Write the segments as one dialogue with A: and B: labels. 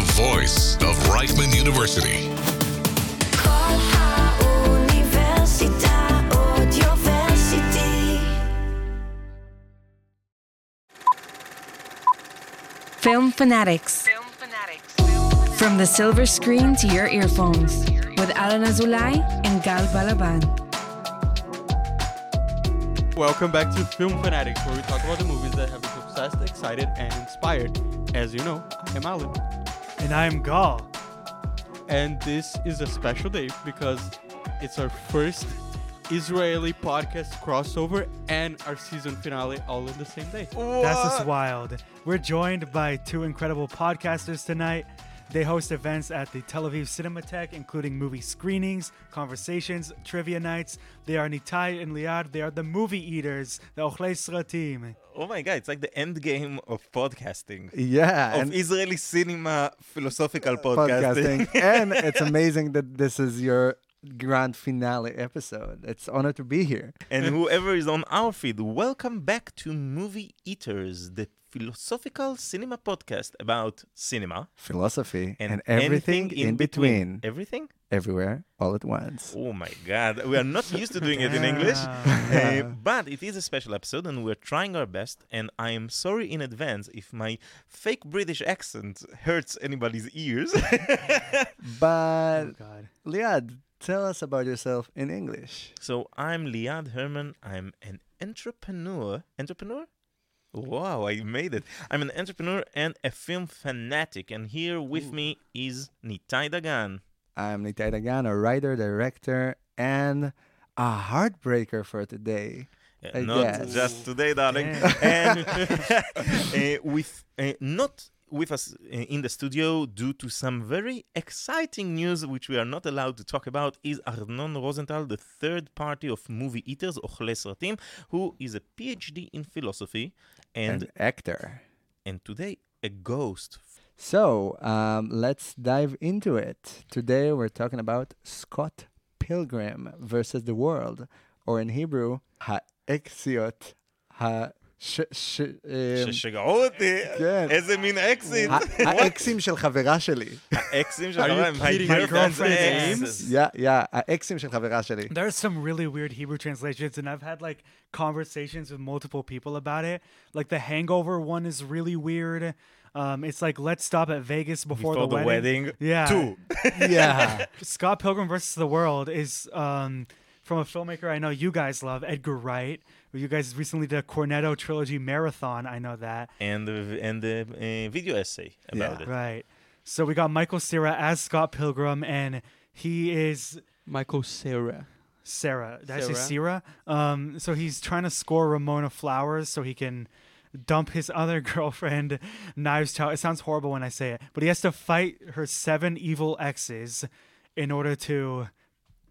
A: voice of Reichman University.
B: Colha Università Audioversity.
C: Film Fanatics. From the silver screen to your earphones with Alan Azulay and Gal Balaban.
D: Welcome back to Film Fanatics, where we talk about the movies that have us obsessed, excited, and inspired. As you know, I am Alan,
E: And I'm Gaul.
D: and this is a special day because it's our first Israeli podcast crossover and our season finale all in the same day.
E: That's just wild. We're joined by two incredible podcasters tonight. They host events at the Tel Aviv Cinematheque, including movie screenings, conversations, trivia nights. They are Nitai and Liad. They are the movie eaters, the Ochlei Sratim.
F: Oh my god, it's like the end game of podcasting.
G: Yeah,
F: Of
G: and Uh,
F: Israeli cinema philosophical podcasting.
G: podcasting. and it's amazing that this is your grand finale episode. It's honor to be here.
F: and whoever is on our feed, welcome back to Movie Eaters, the philosophical cinema podcast about cinema
G: Philosophy and,
F: and,
G: everything
F: anything
G: in, between,
F: Everything?
G: everywhere, all at once.
F: Oh my god, we are not used to doing it in English. Uh, but it is a special episode and we're trying our best. And I am sorry in advance if my fake British accent hurts anybody's ears.
G: But
E: God.
G: Liad, tell us about yourself in English.
F: So I'm Liad Herman. I'm an entrepreneur. Entrepreneur? Wow, I made it. I'm an entrepreneur and a film fanatic. And here with me is Nitai Dagan.
G: I'm Nitai Dagan, a writer, director, and a heartbreaker for today.
F: Uh,
G: I
F: not
G: guess.
F: just today, darling. And uh, with uh, not with us uh, in the studio due to some very exciting news which we are not allowed to talk about is Arnon Rosenthal, the third party of movie eaters, Ochle Sratim, who is a PhD in philosophy and
G: An actor.
F: and today a ghost.
G: So um, let's dive into it. Today we're talking about Scott Pilgrim versus the world, or in Hebrew, Ha'exiot um, Ha. ש... ש... אמ,
F: ששגעו אותי,
G: כן.
F: איזה מין אקזיט.
G: ה- האקסים של חברה שלי.
F: האקסים
D: Are you
F: שלך, הם
D: kidding?
E: My
F: girlfriend's
E: girlfriend's
F: ex.
G: יא, יא, האקסים של חברה שלי.
E: There's some really weird Hebrew translations, and I've had like conversations with multiple people about it. Like the Hangover one is really weird. Um, it's like let's stop at Vegas before,
F: Before the wedding.
E: Yeah.
F: Two.
G: Yeah.
E: Scott Pilgrim versus the World is um, from a filmmaker I know you guys love, Edgar Wright. You guys recently did a Cornetto trilogy marathon. I know that.
F: And the, and the uh, video essay about it.
E: Right. So we got Michael Cera as Scott Pilgrim, and he is
D: Michael Sarah.
E: Sarah. Did I say Sarah? Um, so he's trying to score Ramona Flowers so he can dump his other girlfriend, Knives Chow. It sounds horrible when I say it, but he has to fight her seven evil exes in order to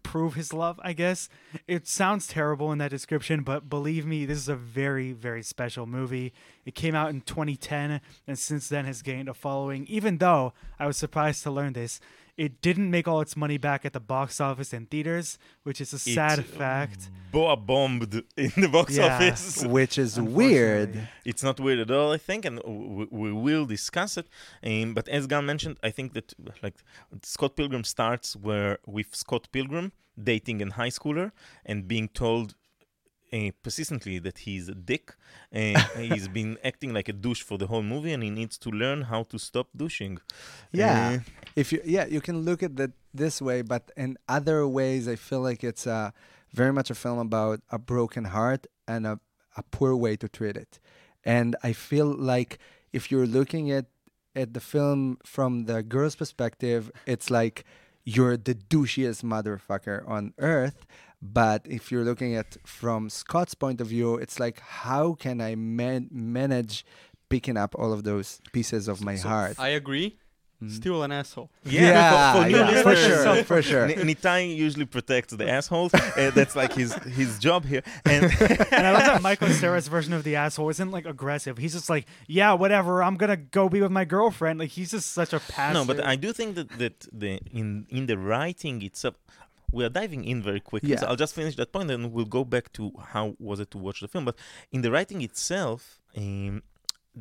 E: prove his love, I guess. It sounds terrible in that description, but believe me, this is a very, very special movie. It came out in 2010 and since then has gained a following, even though I was surprised to learn this. It didn't make all its money back at the box office and theaters, which is a sad fact.
F: Boa bombed in the box
E: Yeah.
F: office.
G: Which is weird.
F: It's not weird at all, I think, and we, we will discuss it. Um, but as Gal mentioned, I think that like Scott Pilgrim starts where with Scott Pilgrim dating a high schooler and being told uh, persistently that he's a dick. Uh, he's been acting like a douche for the whole movie, and he needs to learn how to stop douching.
G: Yeah.
F: Uh,
G: If you yeah, you can look at that this way, but in other ways I feel like it's uh, very much a film about a broken heart and a, a poor way to treat it. And I feel like if you're looking at at the film from the girl's perspective, it's like you're the douchiest motherfucker on earth. But if you're looking at from Scott's point of view, it's like how can I man- manage picking up all of those pieces of my heart?
D: I agree. Still an asshole.
F: for, for new
G: yeah, for
F: listeners.
G: sure, for sure.
F: N- Nitai usually protects the assholes. Uh, that's like his his job here. And
E: And I love that Michael Sarah's version of the asshole isn't like aggressive. He's just like, yeah, whatever, I'm gonna go be with my girlfriend. Like he's just such a passive.
F: no, but I do think that that the in in the writing itself. We are diving in very quickly, so
G: Yeah.
F: I'll just finish that point, and we'll go back to how was it to watch the film. But in the writing itself, um,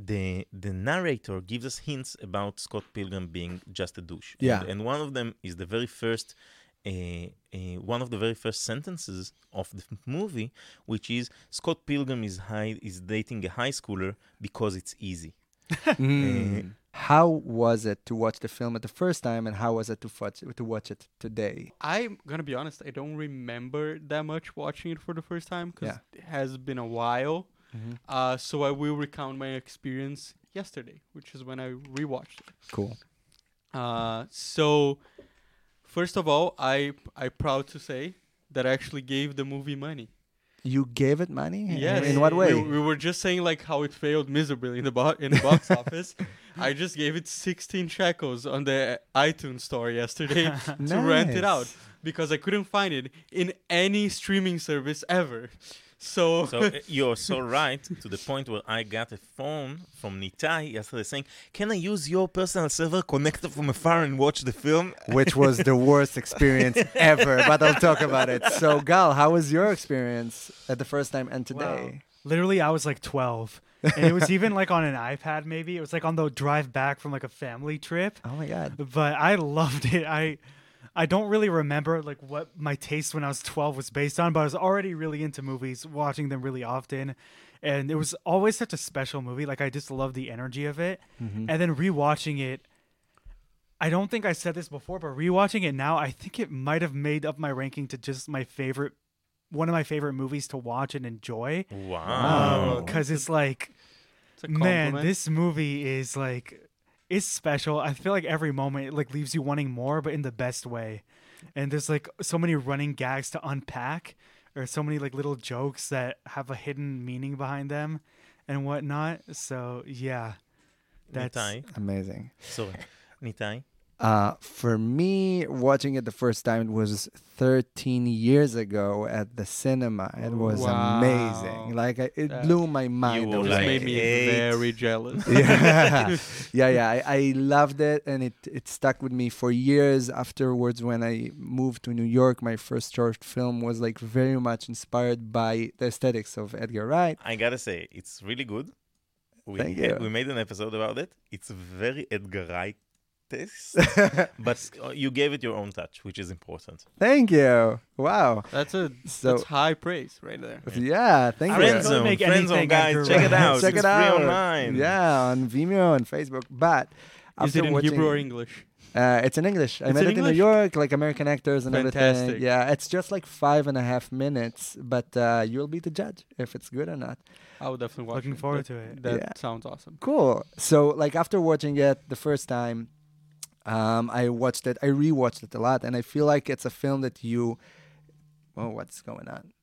F: the the narrator gives us hints about Scott Pilgrim being just a douche.
G: Yeah.
F: and, and one of them is the very first. Uh, uh, one of the very first sentences of the movie, which is Scott Pilgrim is high is dating a high schooler because it's easy.
G: Mm-hmm. How was it to watch the film at the first time, and how was it to watch to watch it today?
D: I'm gonna be honest. I don't remember that much watching it for the first time because
G: Yeah.
D: it has been a while. Uh, so I will recount my experience yesterday, which is when I rewatched it.
G: Cool.
D: Uh, so, first of all, I I proud to say that I actually gave the movie money.
G: You gave it money? In-
D: Yes.
G: In what way?
D: We, we were just saying like how it failed miserably in the bo- in the box office. I just gave it 16 shekels on the iTunes store yesterday to rent it out
G: Nice.
D: because I couldn't find it in any streaming service ever. So,
F: So uh, you're so right to the point where I got a phone from Nitai yesterday saying, "Can I use your personal server connected from afar and watch the film?"
G: Which was the worst experience ever, but I'll talk about it. So, Gal, how was your experience at the first time and today?
E: Literally, I was like 12. And it was even like on an iPad, maybe. It was like on the drive back from like a family trip.
G: Oh my god.
E: But I loved it. I. I don't really remember like what my taste when I was 12 was based on, but I was already really into movies, watching them really often, and it was always such a special movie. Like I just love the energy of it, and then rewatching it, I don't think I said this before, but rewatching it now, I think it might have made up my ranking to just my favorite, one of my favorite movies to watch and enjoy.
F: Wow.
E: because Um, it's like
D: it's a
E: man
D: compliment.
E: this movie is like it's special i feel like every moment it like leaves you wanting more but in the best way and there's like so many running gags to unpack or so many like little jokes that have a hidden meaning behind them and whatnot so yeah that's
F: Nitai,
G: Amazing.
F: sorry, Nitai.
G: Uh, for me, watching it the first time it was 13 years ago at the cinema. It was
D: Wow.
G: amazing. Like I, it
D: That-
G: blew my mind.
F: were
G: It was
D: This
F: like
D: made me
F: eight.
D: very jealous.
G: yeah, yeah, yeah. I, I loved it, and it it stuck with me for years afterwards. When I moved to New York, my first short film was like very much inspired by the aesthetics of Edgar Wright.
F: I gotta say, it's really good. We
G: Thank
F: had-
G: you.
F: we made an episode about it. It's very Edgar Wright. but uh, you gave it your own touch, which is important.
G: Thank you. Wow.
D: That's a
G: So-
D: that's high praise right there.
G: Yeah. Thank you.
E: don't
F: Friend
E: really
F: zone,
E: make
F: friend zone,
E: anything
F: guys,
E: Edgar
F: check it
E: Wright.
F: out.
G: Check
F: it's
G: it out.
F: Free online.
G: Yeah, on Vimeo and Facebook. But
D: Is
G: after
D: it in
G: watching,
D: Hebrew or English?
G: Uh, it's in English. I
D: It's
G: made
D: in
G: it in New
D: English?
G: York, like American actors and
D: Fantastic.
G: everything. Yeah, it's just like five and a half minutes, but uh, you'll be the judge if it's good or not.
D: I would definitely watch.
E: Looking
D: it.
E: forward
D: That-
E: to it.
D: That
G: Yeah.
D: sounds awesome.
G: Cool. So, like after watching it the first time, um, I watched it. I rewatched it a lot, and I feel like it's a film that you. Oh, what's going on?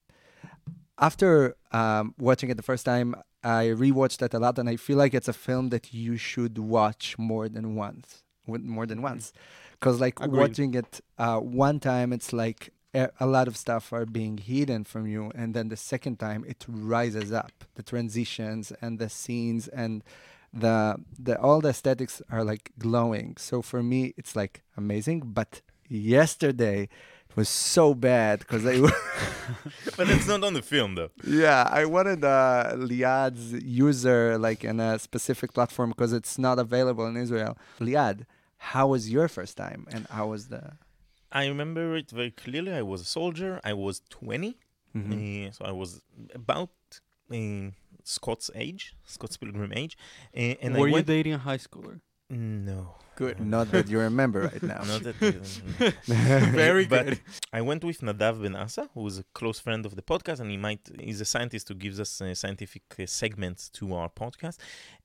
G: After um, watching it the first time, I rewatched it a lot, and I feel like it's a film that you should watch more than once. with- More than once, because like
D: Agreed.
G: watching it uh, one time, it's like a a lot of stuff are being hidden from you, and then the second time, it rises up. The transitions and the scenes and the the all the aesthetics are like glowing. So for me, it's like amazing. But yesterday, it was so bad because I.
F: But it's not on the film, though.
G: Yeah, I wanted uh, Liad's user like in a specific platform because it's not available in Israel. Liad, how was your first time, and how was the?
F: I remember it very clearly. I was a soldier. I was 20.
D: Mm-hmm.
F: Uh, so I was about um, Scott's age, Scott's pilgrim age. Uh, and
D: Were
F: I
D: you
F: went...
D: dating a high schooler?
F: No.
G: Good. Not that you remember right now.
F: Not that, uh,
D: Very
F: but
D: good.
F: I went with Nadav Ben Asa, who is a close friend of the podcast, and he might he's a scientist who gives us uh, scientific uh, segments to our podcast.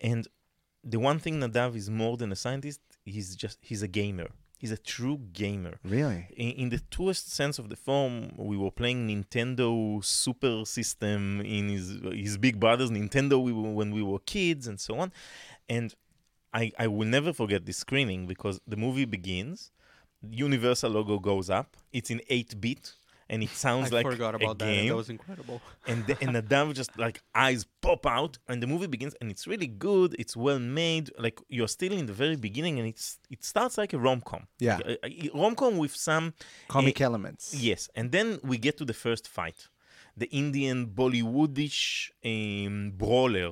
F: And the one thing Nadav is more than a scientist, he's just he's a gamer. He's a true gamer.
G: Really?
F: in, in the truest sense of the form, we were playing Nintendo Super System in his his big brother's Nintendo we were, when we were kids and so on. And I I will never forget this screening because the movie begins, Universal logo goes up. It's in eight bit. And it sounds
D: I
F: like
D: forgot about
F: a
D: that.
F: game
D: That was incredible.
F: and the, and Adam just like eyes pop out, and the movie begins, and it's really good. It's well made. Like you're still in the very beginning, and it's it starts like a rom com.
G: Yeah.
F: rom com with some
G: Comic
F: eh,
G: elements.
F: Yes, and then we get to the first fight, the Indian Bollywoodish um, brawler.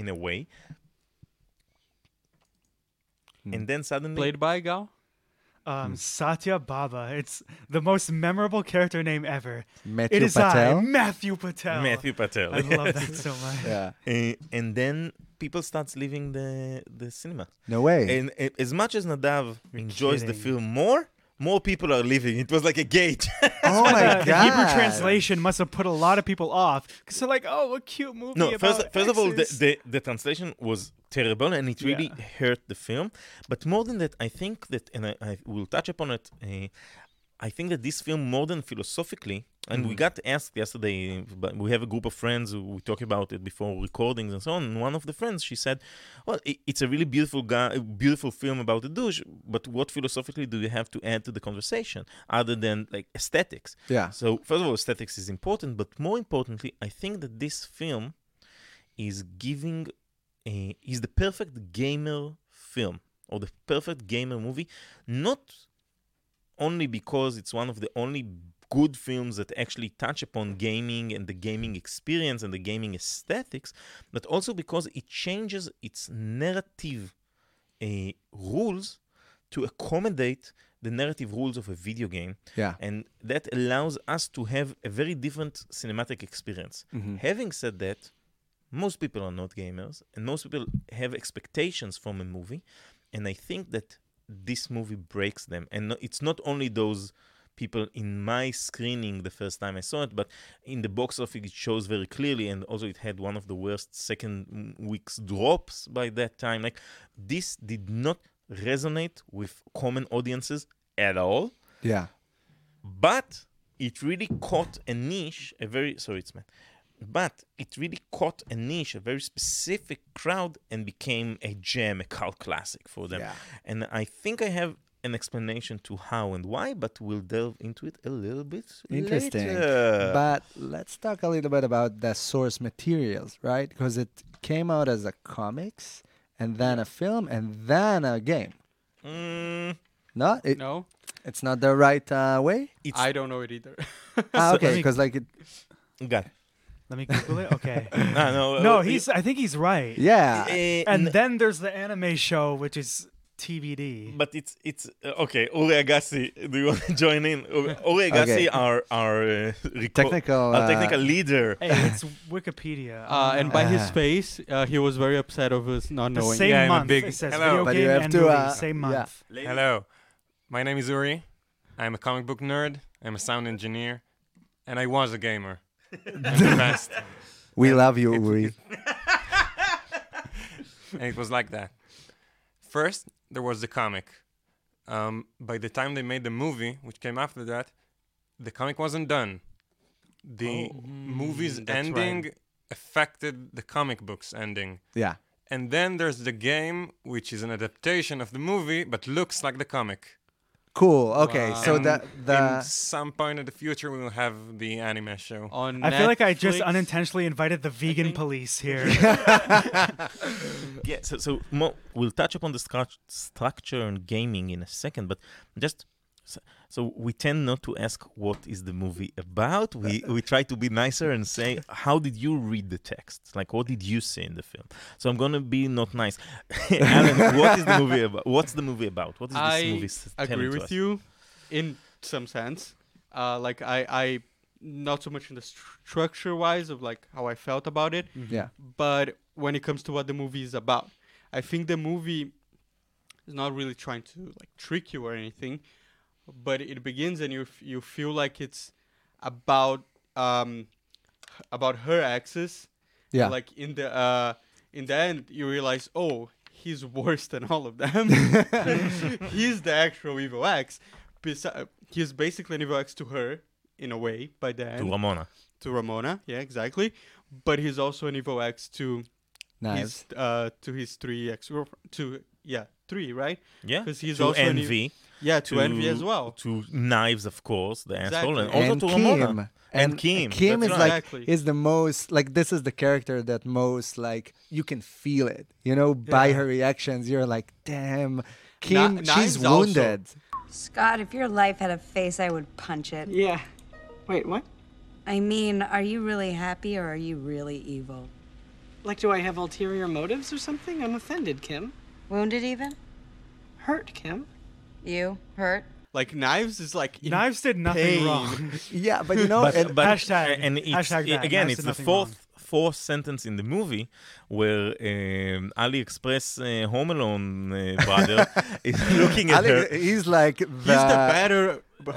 F: in a way.
G: Hmm.
F: And then suddenly,
D: Played by Gal?
E: Um, Satya Baba. It's the most memorable character name ever.
G: Matthew
E: it is I,
G: Patel?
E: Matthew Patel.
F: Matthew Patel.
E: uh, I love that so much.
G: Yeah.
F: Uh, and then people starts leaving the the cinema.
G: No way.
F: And uh, as much as Nadav enjoys the
E: kidding.
F: film more, more people are leaving. It was like a gate.
G: oh my
E: The
G: god.
E: Hebrew translation must have put a lot of people off because they're like, "Oh, a cute movie."
F: no, first
E: about
F: first of all, the,
E: exes."
F: the the translation was terrible and it really
E: Yeah.
F: hurt the film. But more than that, I think that, and I, I will touch upon it. Uh, I think that this film, more than philosophically, and we got asked yesterday, but we have a group of friends who we talk about it before recordings and so on. And one of the friends, she said, "Well, i it's a really beautiful guy, beautiful film about the douche, but what philosophically do you have to add to the conversation other than like aesthetics?"
G: Yeah.
F: So first of all, aesthetics is important, but more importantly, I think that this film is giving a, is the perfect gamer film or the perfect gamer movie, not only because it's one of the only good films that actually touch upon gaming and the gaming experience and the gaming aesthetics, but also because it changes its narrative uh, rules to accommodate the narrative rules of a video game.
G: Yeah.
F: And that allows us to have a very different cinematic experience. Having said that, most people are not gamers and most people have expectations from a movie and i think that this movie breaks them and no- it's not only those people in my screening the first time i saw it but in the box office it shows very clearly and also it had one of the worst second mm, week's drops by that time like this did not resonate with common audiences at all
G: Yeah.
F: but it really caught a niche a very sorry it's man but it really caught a niche a very specific crowd and became a gem a cult classic for them
G: Yeah.
F: and i think i have an explanation to how and why but we'll delve into it a little bit
G: Interesting.
F: later.
G: But let's talk a little bit about the source materials, right? Because it came out as a comics and then a film and then a game.
F: Mm,
G: No, it,
D: No?
G: it's not the right uh, way.
F: it's
D: I don't know it either.
G: Ah,
F: So-
G: okay, because like it,
F: got it.
E: Let me Google it. Okay.
F: no no,
E: no,
F: uh,
E: he's. I think he's right.
G: yeah,
F: eh,
E: And
F: n-
E: then there's the anime show, which is TBD.
F: but it's it's uh, okay. Uri Agassi, do you want to join in? Uri Uri Agassi,
G: Okay.
F: our our uh, reco-
G: Technical,
F: our
G: uh,
F: oh, technical leader.
E: Hey, it's Wikipedia. I
D: Uh,
E: don't
D: and
E: know.
D: by his
G: Ah.
D: face, uh, he was very upset of us not
E: the
D: knowing.
E: same
H: yeah, I'm a
E: month
H: big-
E: it says
H: Hello.
E: video
G: But
E: game
G: you have
E: and
G: to,
E: movie,
G: uh,
E: same
G: yeah.
E: month.
H: Hello, my name is Uri. I'm a comic book nerd. I'm a sound engineer, and I was a gamer. I'm the best.
G: we love you, Uri.
H: And it was like that. First, there was the comic. Um, by the time they made the movie, which came after that, the comic wasn't done. The movie's
D: Oh, hmm, that's right.
H: ending affected the comic book's ending.
G: yeah,
H: And then there's the game, which is an adaptation of the movie, but looks like the comic.
G: cool. Okay, so
H: And
G: that
H: in
G: the
H: some point in the future we will have the anime show.
D: On
E: I feel like I just
D: Netflix.
E: unintentionally invited the vegan police here.
F: Yeah, so, so mo- we'll touch upon the struct- structure and gaming in a second, but just so, so we tend not to ask what is the movie about. We we try to be nicer and say how did you read the text? Like what did you see in the film? So I'm gonna be not nice. Alan, what is the movie about? What's the movie about? What is this movie?
D: I
F: s-
D: agree
F: telling to
D: with
F: us?
D: you in some sense. Uh, like I, I, not so much in the stru- structure wise of like how I felt about it,
F: mm-hmm.
G: yeah,
D: but when it comes to what the movie is about, I think the movie is not really trying to like trick you or anything, but it begins and you f- you feel like it's about um h- about her exes.
G: Yeah.
D: Like in the uh in the end you realize oh he's worse than all of them. he's the actual evil ex. Besi- uh, he's basically an evil ex to her in a way by the end
F: to Ramona.
D: to Ramona. Yeah, exactly. But he's also an evil ex to
G: nice.
D: his uh to his three ex to yeah three right
F: Yeah,
D: because he's
F: to
D: also an ev-
F: envy.
D: yeah to, envy as well.
F: To knives, of course, the asshole, and
D: Exactly.
F: also
G: and
F: to
G: Kim.
F: Ramona
G: And,
F: Kim.
G: Kim
F: that's
G: is
F: right.
G: like
D: Exactly.
G: is the most like this is the character that most like you can feel it, you know, by her reactions. You're like, damn, Kim, she's
D: Knives also-
G: wounded.
I: Scott, if your life had a face, I would punch it.
J: Yeah. Wait, what?
I: I mean, are you really happy or are you really evil?
J: Like, do I have ulterior motives or something? I'm offended, Kim.
I: Wounded even?
J: Hurt, Kim.
I: You? Hurt?
D: Like knives is like in
E: Knives did nothing
D: pain.
E: wrong.
G: Yeah, but you know,
F: but,
G: and-
F: but-
E: Hashtag-
F: and it's,
E: hashtag that,
F: again,
E: nice
F: it's
E: and
F: the
E: nothing wrong.
F: fourth fourth sentence in the movie where um, AliExpress uh, Home Alone uh, brother is looking at
G: Alex,
F: her.
G: he's like the,
D: He's the better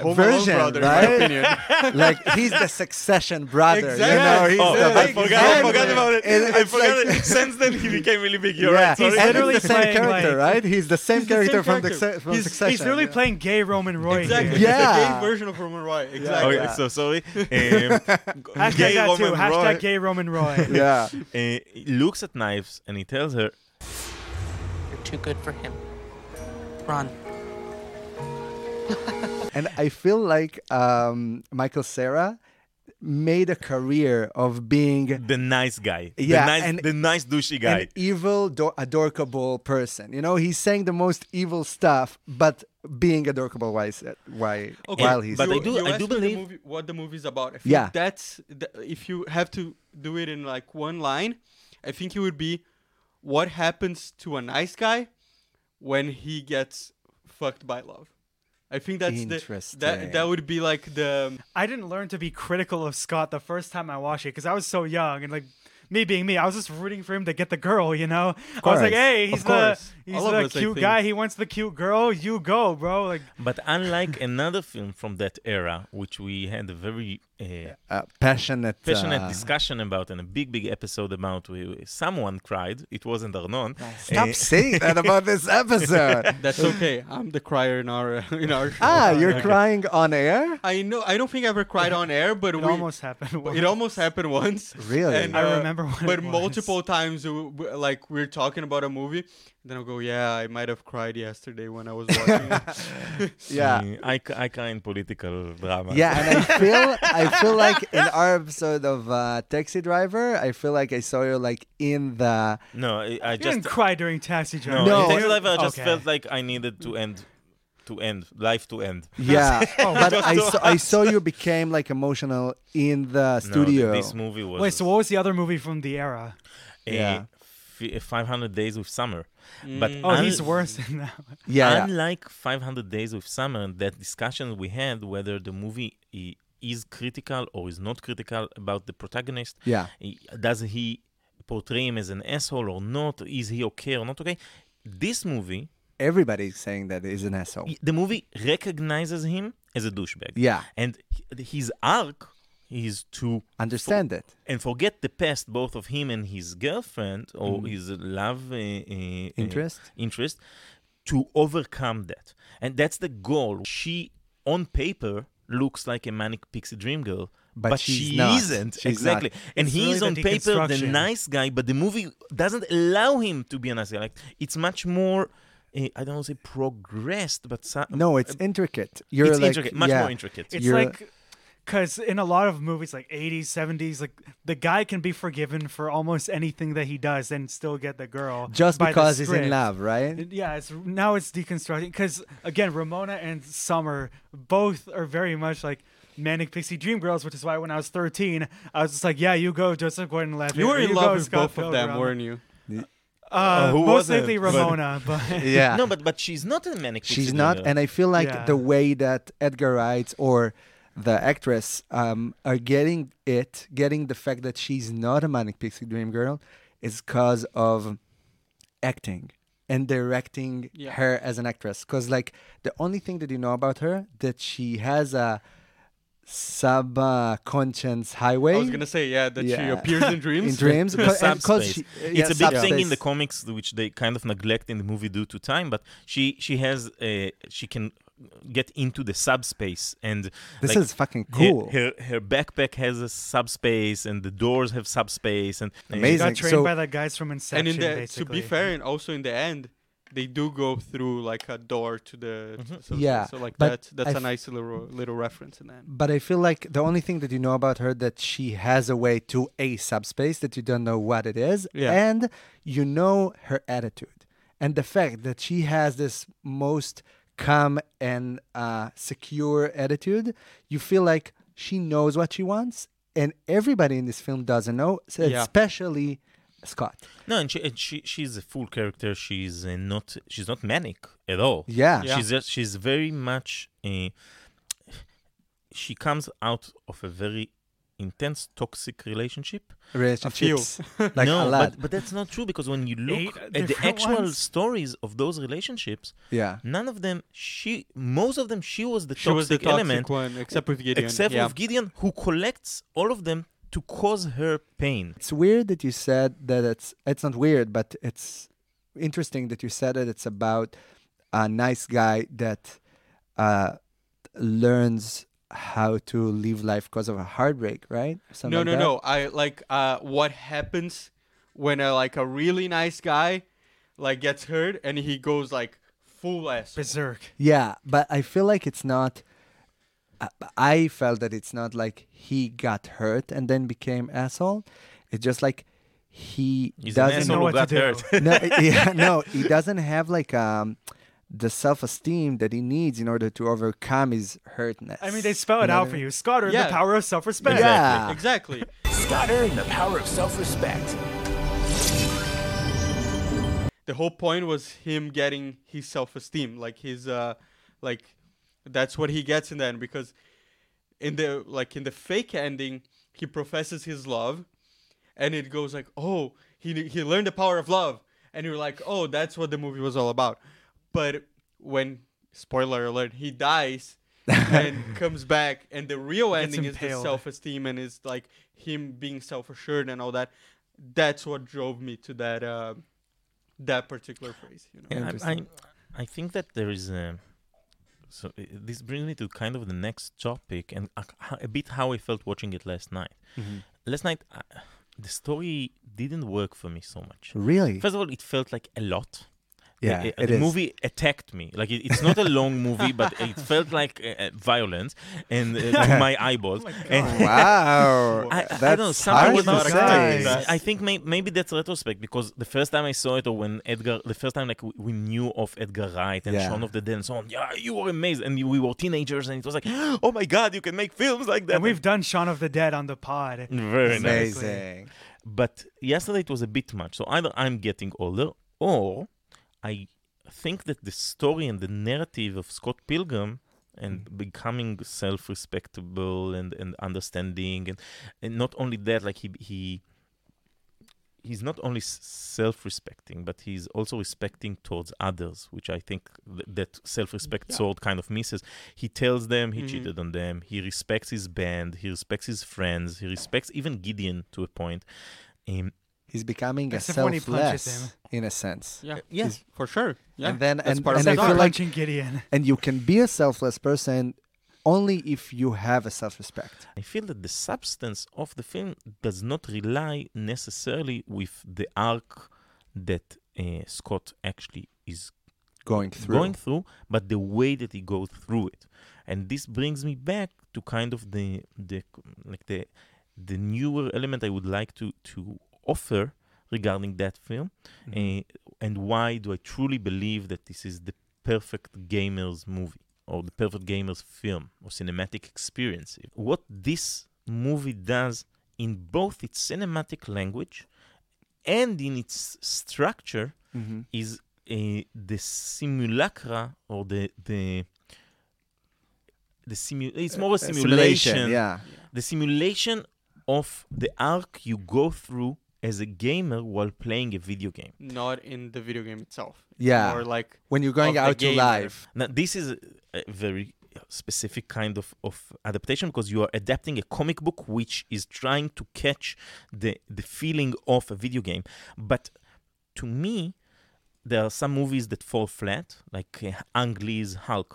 D: Home
G: version,
D: Alone brother, in my
G: right?
D: opinion.
G: like he's the Succession brother.
D: Exactly.
G: You know,
F: Oh,
G: he's the,
F: I forgot, I forgot
D: Exactly.
F: about it.
G: It-
F: I
G: it's
F: forgot
G: like-
F: it. Since then, he became really big. You're
G: yeah,
F: right. Sorry.
G: he's
E: literally
G: literally the same
E: playing,
G: character,
E: like-
G: right? He's the same
D: He's the
G: character
D: same
G: from the
D: character.
G: se- from
D: He's- he's
G: Succession.
E: He's really playing gay Roman Roy.
D: Exactly.
E: here.
D: It's the
G: Yeah.
D: gay version of Roman Roy. Exactly.
F: Okay, so sorry. Um,
E: Hashtag
F: gay
E: that too.
F: Roman
E: Hashtag
F: Roy.
E: gay Roman Roy.
G: Yeah.
F: uh, looks at knives and he tells her,
J: You're too good for him. Run.
G: And I feel like um, Michael Sarah made a career of being
F: "The nice guy,
G: Yeah,
F: the nice,
G: and-
F: the nice douchey guy."
G: an evil, do- adorkable person. You know, he's saying the most evil stuff, but being adorkable uh, while, he's- while, while he's.
F: but
D: you,
F: I do-
D: you
F: I do
D: asked me the
F: believe-
D: movie- what the movie's about. I think
G: Yeah.
D: that's the, if you have to do it in like one line, I think it would be what happens to a nice guy when he gets fucked by love. I think that's the that that
G: Interesting.
D: would be like the
E: I didn't learn to be critical of Scott the first time I watched it because I was so young and like me being me, I was just rooting for him to get the girl. You know, I was
G: course.
E: like, hey,
G: Of
E: he's the
G: course.
E: he's
D: All of
E: the
D: us, I
E: cute
D: think.
E: guy. He wants the cute girl. You go, bro. Like
F: But unlike another film from that era, which we had a very uh,
G: uh, passionate.
F: passionate
G: uh,
F: discussion about and a big, big episode about, where someone cried. It wasn't Arnon.
G: Stop
F: Uh,
G: saying that about this episode.
D: that's okay. I'm the crier in our in our show.
G: ah, you're crying on air?
D: I know I don't think I ever cried on air, but
E: it
D: we
E: almost happened.
D: But it almost happened once. uh,
G: Really?
E: I remember when
D: But
E: it was.
D: multiple times, w- w- like we're talking about a movie, and then I'll go, "Yeah, I might have cried yesterday when I was watching." it."
G: Yeah.
F: uh, I, c- I cry in political drama.
G: Yeah, and I feel I feel like in our episode of uh, Taxi Driver, I feel like I saw you like in the
F: No, I, I
E: You didn't
F: just
E: cry during taxi driver.
F: no.
G: No.
F: in Taxi Driver, I just
E: Okay.
F: felt like I needed to end, to end life to end.
G: yeah. but
F: just
G: I
F: so
G: saw, I saw you became like emotional in the
F: No, th-
G: studio.
F: this movie was.
E: Wait, so what was the other movie from the era?
F: uh,
G: Yeah.
F: fi- 500 Days with Summer. But
E: Oh, he's
F: un-
E: worse than that. one.
G: yeah, yeah.
F: Unlike 500 Days of Summer, and that discussion we had whether the movie i- is critical or is not critical about the protagonist.
G: Yeah.
F: I- Does he portray him as an asshole or not? Is he okay or not okay? This movie,
G: Everybody's saying that he's an asshole.
F: the movie recognizes him as a douchebag.
G: Yeah.
F: And h- his arc is to
G: Understand it.
F: and forget the past both of him and his girlfriend or his love uh, uh,
G: Mm-hmm. Interest?
F: uh, interest to overcome that and that's the goal she on paper looks like a manic pixie dream girl
G: But
F: but,
G: she's
F: she
G: not.
F: isn't
G: She's
F: exactly
G: not.
F: and
E: It's
F: he
E: really
F: is
E: the
F: on paper the
E: deconstruction.
F: nice guy but the movie doesn't allow him to be a nice guy like it's much more uh, i don't want to say progressed but so-
G: No, it's intricate. You're
F: um, uh, it's
G: like
F: intricate much
G: yeah.
F: more intricate
E: It's
G: You're-
E: like because in a lot of movies, like 80s, 70s, like the guy can be forgiven for almost anything that he does and still get the girl
G: Just
E: by the
G: because he's in
E: script.
G: love, right?
E: It- Yeah, it's now it's deconstructing because again, Ramona and Summer both are very much like manic pixie dream girls, which is why when I was 13, I was just like, yeah, you go, Joseph Gordon-Levitt.
D: you were
E: or
D: in
E: go,
D: love with
E: Scott
D: both of them,
E: Pilgrim."
D: weren't you?
E: Uh,
F: who
E: most
F: wasn't?
E: likely
F: But-
E: Ramona, but
G: Yeah.
F: no but but she's not a uh, manic pixie
G: uh, She's
F: dream
G: not,
F: girl.
G: and I feel like
E: Yeah.
G: the way that Edgar Wright or the actress um, are getting it, getting the fact that she's not a manic pixie dream girl, is because of acting and directing
D: Yeah.
G: her as an actress. Because like the only thing that you know about her that she has a sub uh, conscience highway.
D: I was gonna say yeah that she
G: Yeah.
D: appears in dreams.
G: in dreams,
F: The
G: 'cause- and 'cause
F: subspace.
G: she- uh,
F: it's
G: yeah,
F: a big thing in the
G: subspace.
F: comics, which they kind of neglect in the movie due to time. But she she has a, she can get into the subspace, and
G: This
F: like,
G: is fucking
F: her-
G: cool.
F: Her, her backpack has a subspace, and the doors have subspace, and
G: Amazing.
E: got trained
G: So-
E: by the guys from Inception.
D: and in the
E: basically.
D: to be fair, and also in the end, they do go through like a door to the so,
G: Yeah,
D: So like
G: but
D: that that's
G: I
D: a
G: f-
D: nice little little reference in that.
G: But I feel like the only thing that you know about her that she has a way to a subspace that you don't know what it is,
D: Yeah.
G: and you know her attitude and the fact that she has this most calm and uh, secure attitude. You feel like she knows what she wants, and everybody in this film doesn't know, so
D: Yeah.
G: especially Scott.
F: No, and she, and she she's a full character. She's uh, not she's not manic at all.
G: Yeah.
D: Yeah.
F: she's just, she's very much. Uh, she comes out of a very intense toxic relationship.
G: Relationships. Like
F: no,
G: a lot.
F: But, but that's not true because when you
E: Eight
F: look
D: uh,
F: at the
E: different
F: actual
E: ones?
F: stories of those relationships,
G: yeah.
F: none of them she most of them she was the
D: She
F: toxic,
D: was the toxic
F: element
D: one, except with Gideon.
F: except
D: yeah.
F: with Gideon who collects all of them to cause her pain.
G: It's weird that you said that it's it's not weird, but it's interesting that you said that it's about a nice guy that uh, learns how to live life because of a heartbreak, right? Something
D: no,
G: like
D: no,
G: that?
D: no. I like uh, what happens when a, like a really nice guy like gets hurt and he goes like full ass.
E: Berserk.
G: Yeah, but I feel like it's not. I- I felt that it's not like he got hurt and then became asshole. It's just like he
F: He's an
G: doesn't
F: asshole
E: know
F: who
E: what to
F: got
E: do.
F: hurt.
G: no, yeah, no, he doesn't have like um the self-esteem that he needs in order to overcome his hurtness.
E: I mean, they spell it
G: know
E: out
G: what I
E: for
G: mean?
E: you. Scott earned
D: Yeah.
E: the power of self-respect.
G: Yeah,
D: Exactly.
K: Scott earned the power of self respect.
D: the whole point was him getting his self-esteem like his uh like that's what he gets in the end because in the like in the fake ending he professes his love and it goes like oh he he learned the power of love and you're like oh that's what the movie was all about but when spoiler alert he dies and comes back and the real
E: Gets
D: ending is the
E: impaled.
D: self-esteem and it's like him being self-assured and all that that's what drove me to that uh that particular phrase. You know?
F: Yeah, I, I,
G: Interesting.
F: I think that there is a. So i- this brings me to kind of the next topic and a, a bit how I felt watching it last night.
D: Mm-hmm.
F: Last night, uh, the story didn't work for me so much.
G: really.
F: First of all, it felt like a lot. The-
G: Yeah,
F: uh,
G: it
F: the
G: is.
F: movie attacked me. Like it, it's not a long movie, but it felt like uh, uh, violence and uh, to my eyeballs.
G: Oh
F: and, I,
G: Wow,
F: I- I
G: that's
F: don't know.
G: hard
F: Something was
G: to
F: not expected.
G: say.
F: I think may, maybe that's retrospect because the first time I saw it, or when Edgar, the first time like we, we knew of Edgar Wright and
G: Yeah.
F: Shaun of the Dead and so on. Yeah, you were amazed, and we were teenagers, and it was like, oh my god, you can make films like that.
E: And we've done Shaun of the Dead on the pod.
F: very nice.
G: Amazing.
F: But yesterday it was a bit much. So either I'm getting older, or I think that the story and the narrative of Scott Pilgrim and becoming self-respectable and, and understanding and, and not only that like he he he's not only s- self-respecting but he's also respecting towards others which i think th- that self-respect sort kind of misses he tells them he cheated on them he respects his band he respects his friends he respects even gideon to a point um,
G: He's becoming a
E: Except when he punches
G: selfless,
E: him.
G: in a sense.
D: yeah,
F: yeah
D: for sure. Yeah,
G: And then-
D: that's
G: and-
D: part of
G: and I
D: the
E: Except
G: feel
D: art.
G: like-
E: punching Gideon.
G: And you can be a selfless person only if you have a self-respect.
F: I feel that the substance of the film does not rely necessarily with the arc that uh, Scott actually is
G: Going through.
F: going through, but the way that he goes through it. And this brings me back to kind of the the like the the newer element I would like to to offer regarding that film, uh, and why do I truly believe that this is the perfect gamers movie or the perfect gamers film or cinematic experience? What this movie does in both its cinematic language and in its structure is uh, the simulacra or the the the simu- it's more a
G: A
F: simulation,
G: Uh, Yeah.
F: the simulation of the arc you go through as a gamer while playing a video game
D: not in the video game itself.
G: Yeah.
D: or like
G: When you're going
D: of the
G: out to
D: game.
G: live.
F: now this is a- a very specific kind of, of adaptation because you are adapting a comic book which is trying to catch the the feeling of a video game but to me there are some movies that fall flat like uh, ang lee's hulk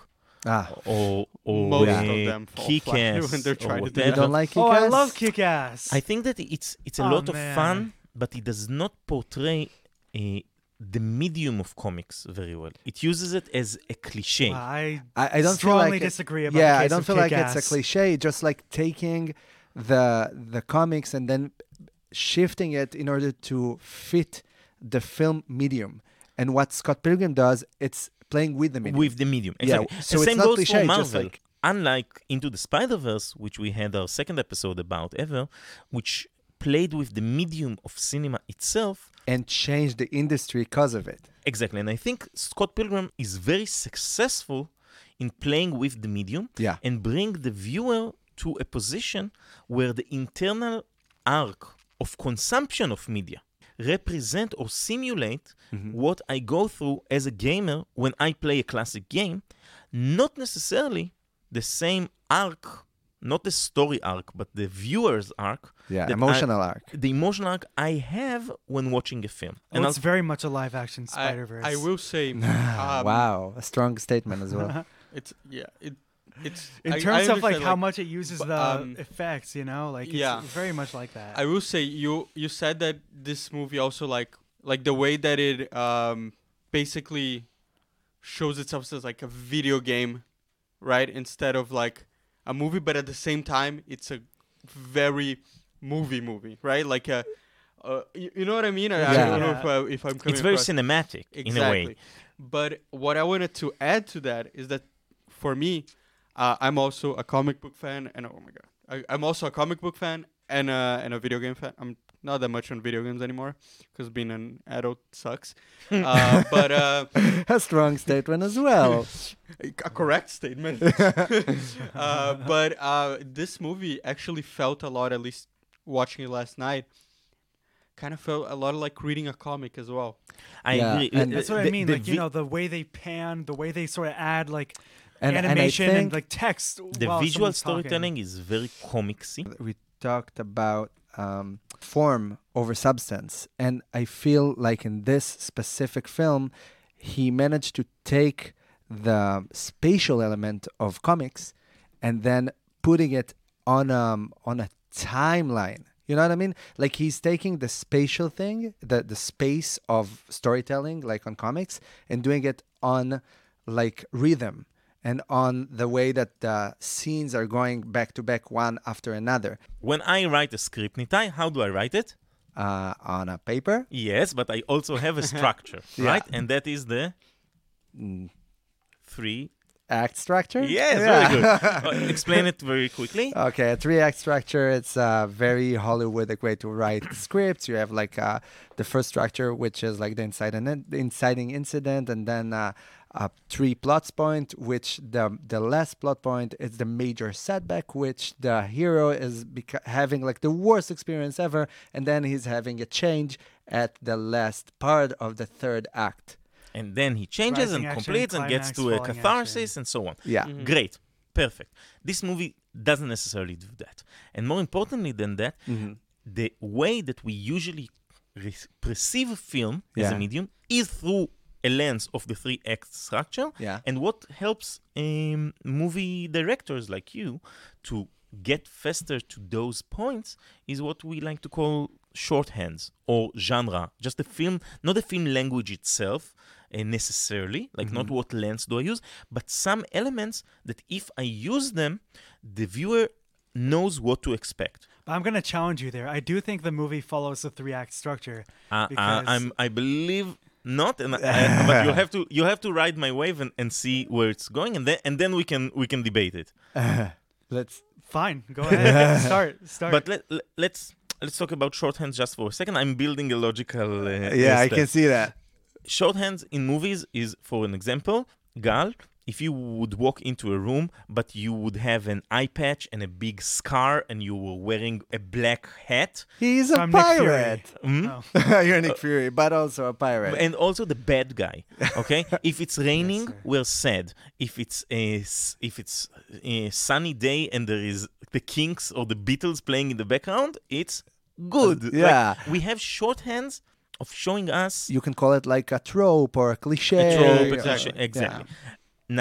G: Ah.
F: or or
D: Most
F: uh,
D: of them fall flat
F: Kick-Ass
D: when they're
F: or
D: trying to do
G: You
F: whatever.
G: don't like
E: Oh, I
G: Kick-Ass?
E: love kick ass.
F: I think that it's it's a
E: Oh,
F: lot
E: man.
F: of fun, but it does not portray eh, the medium of comics very well. It uses it as a cliche.
E: I
G: I, I don't
E: strongly
G: feel like it-
E: disagree about
G: yeah
E: the
G: I
E: case
G: don't
E: of
G: feel like it's
E: Kick-Ass.
G: a cliche just like taking the the comics and then shifting it in order to fit the film medium and what Scott Pilgrim does it's playing with the medium
F: With the medium,
G: Yeah,
F: exactly.
G: so
F: the
G: it's
F: same
G: not
F: goes
G: cliche,
F: for
G: it's just
F: Marvel.
G: like-
F: Unlike Into the Spider Verse, which we had our second episode about ever, which played with the medium of cinema itself
G: and changed the industry because of it.
F: Exactly. And I think Scott Pilgrim is very successful in playing with the medium
G: Yeah.
F: and bring the viewer to a position where the internal arc of consumption of media represent or simulate
D: Mm-hmm.
F: what I go through as a gamer when I play a classic game, not necessarily the same arc, not the story arc, but the viewer's arc.
G: Yeah,
F: that I-
G: emotional arc.
F: The uh, emotional arc I have when watching a film.
E: Well, it's
F: I'll-
E: very much a live action
D: I,
E: Spider Verse.
D: I will say, um,
G: wow, a strong statement as well.
D: It's yeah. It, it's
E: in
D: I- I
E: terms of like,
D: understand,
E: how much it uses
D: but,
E: the
D: um,
E: effects, you know, like it's
D: yeah.
E: very much like that.
D: I will say you you said that this movie also like like the way that it um basically shows itself as like a video game, right? Instead of like a movie, but at the same time it's a very movie movie, right? Like a uh, you, you know what I mean? I, I
G: Yeah.
D: don't know if,
E: Yeah.
D: I, if I'm coming
F: it's very
D: across-
F: cinematic in a way.
D: But what I wanted to add to that is that for me, uh, I'm also a comic book fan, and oh my god, I, I'm also a comic book fan and a, and a video game fan. I'm not that much on video games anymore because being an adult sucks. uh, but uh,
G: a strong statement as well.
D: a correct statement. uh, but uh, this movie actually felt a lot, at least watching it last night, kind of felt a lot like reading a comic as well.
F: I
G: Yeah,
F: agree.
G: and-
F: Uh,
E: That's what I
F: the-
E: mean.
F: the
E: Like you
F: vi-
E: know, the way they pan, the way they sort of add like
G: And- and I
E: animation and,
G: think
E: like text.
F: the
E: while
F: visual
E: someone's talking.
F: storytelling is very comicsy.
G: we talked about um, form over substance, and I feel like in this specific film, he managed to take the spatial element of comics and then putting it on um on a timeline. You know what I mean? Like he's taking the spatial thing, the the space of storytelling, like on comics, and doing it on like rhythm and on the way that the scenes are going back to back one after another
F: When I write a script, Nitai, how do I write it?
G: uh, on a paper.
F: Yes, but I also have a structure, right? And that is the
E: Mm.
F: three.
G: Act structure?
F: Yes, very good. Uh, explain it very quickly.
G: Okay, a three act structure. It's uh, very Hollywood like way to write scripts. You have like uh, the first structure, which is like the inside and in- the inciting incident, and then uh, uh, three plots point, which the the last plot point is the major setback, which the hero is beca- having like the worst experience ever, and then he's having a change at the last part of the third act.
F: and then he changes
E: Rising
F: and
E: action,
F: completes and gets
E: climax,
F: to a
E: falling Mm-hmm.
F: catharsis and so on.
G: Yeah. Mhm.
F: Great. Perfect. This movie doesn't necessarily do that. And more importantly than that,
G: Mm-hmm.
F: the way that we usually re- perceive a film as a
G: Yeah.
F: medium is through a lens of the three act structure.
G: Yeah.
F: And what helps um, movie directors like you to get faster to those points is what we like to call shorthands or genre. Just the film, not the film language itself uh, necessarily, like not what lens do I use, but some elements that if I use them, the viewer knows what to expect.
E: I'm gonna challenge you there. I do think the movie follows the three act structure.
F: Uh, uh,
E: because-
F: I'm, I believe not, and I, but you have to you have to ride my wave and, and see where it's going, and then and then we can we can debate it.
G: Let's
E: fine. Go ahead. start. Start.
F: But let, let, let's let's talk about shorthand just for a second. I'm building a logical. Uh,
G: yeah, I
F: step.
G: can see that.
F: Shorthand in movies is, for an example, Gal. If you would walk into a room, but you would have an eye patch and a big scar, and you were wearing a black hat,
G: He's a
E: I'm Nick Fury.
G: pirate.
F: hmm?
E: Oh.
G: You're Nick Fury, but also a pirate.
F: and also the bad guy. Okay, if it's raining, we're sad. If it's a s- if it's a sunny day and there is the Kinks or the Beatles playing in the background, it's good. Like,
G: yeah.
F: we have shorthands of showing us
G: you can call it like a trope or a cliche.
F: a trope,
G: or-
F: a cliche. Exactly.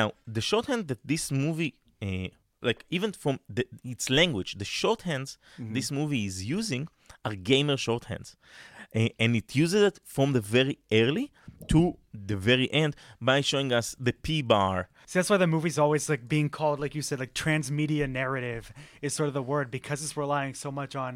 F: Now, the shorthand that this movie, uh, like even from the, its language, the shorthands this movie is using are gamer shorthands. Uh, and it uses it from the very early to the very end by showing us the P bar.
E: See, that's why the movie's always like being called, like you said, like transmedia narrative is sort of the word because it's relying so much on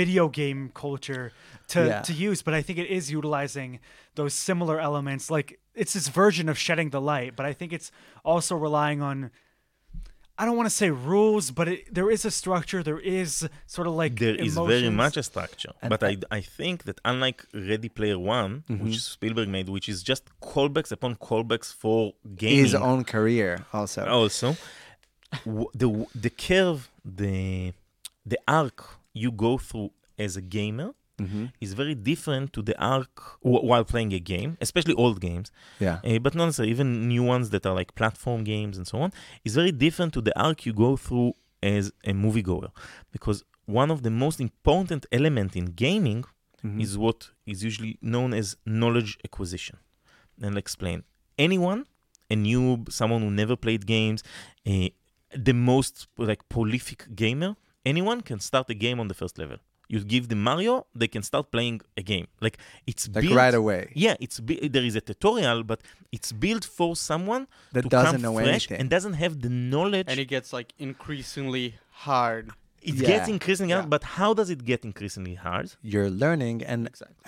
E: video game culture to,
G: Yeah.
E: to use. But I think it is utilizing those similar elements. Like it's this version of shedding the light, but I think it's also relying on I don't want to say rules, but it, there is a structure. There is sort of like
F: There is very
E: emotions.
F: much a structure,
E: And
F: but I, I think that unlike Ready Player One, which
G: Mhm.
F: Spielberg made, which is just callbacks upon callbacks for gaming, Oh,
G: His own career also.
F: also w- the w- the curve the the arc you go through as a gamer
G: Mhm.
F: is very different to the arc w- while playing a game especially old games
G: Yeah.
F: uh, but not necessarily even new ones that are like platform games and so on is very different to the arc you go through as a moviegoer because one of the most important element in gaming
G: Mhm.
F: is what is usually known as knowledge acquisition and I'll explain anyone a noob someone who never played games eh, the most like prolific gamer anyone can start a game on the first level you give them mario they can start playing a game like it's
G: Like
F: built-
G: right away.
F: yeah it's bu- there is a tutorial but it's built for someone
G: That
F: to
G: doesn't
F: come
G: know
F: fresh
G: anything.
F: and doesn't have the knowledge
D: and it gets like increasingly hard.
F: it gets increasingly hard but how does it get increasingly hard
G: You're learning and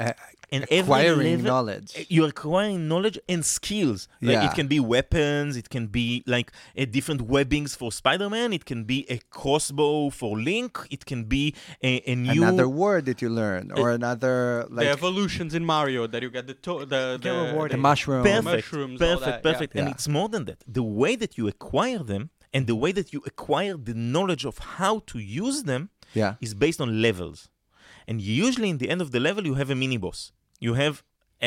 G: uh,
F: and every
G: acquiring
F: level,
G: knowledge.
F: uh, You're acquiring knowledge and skills. Like
G: Yeah.
F: it can be weapons, it can be like a different webbings for Spider-Man, it can be a crossbow for Link, it can be a, a new
G: another word that you learn or another like
D: the evolutions in Mario that you get the to- the,
G: get
D: the,
G: rewarded. The mushroom.
F: perfect,
D: mushrooms, all
F: perfect,
D: that, yeah.
F: perfect. And
G: Yeah.
F: it's more than that. The way that you acquire them and the way that you acquire the knowledge of how to use them
G: Yeah.
F: is based on levels. And usually in the end of the level you have a mini boss. You have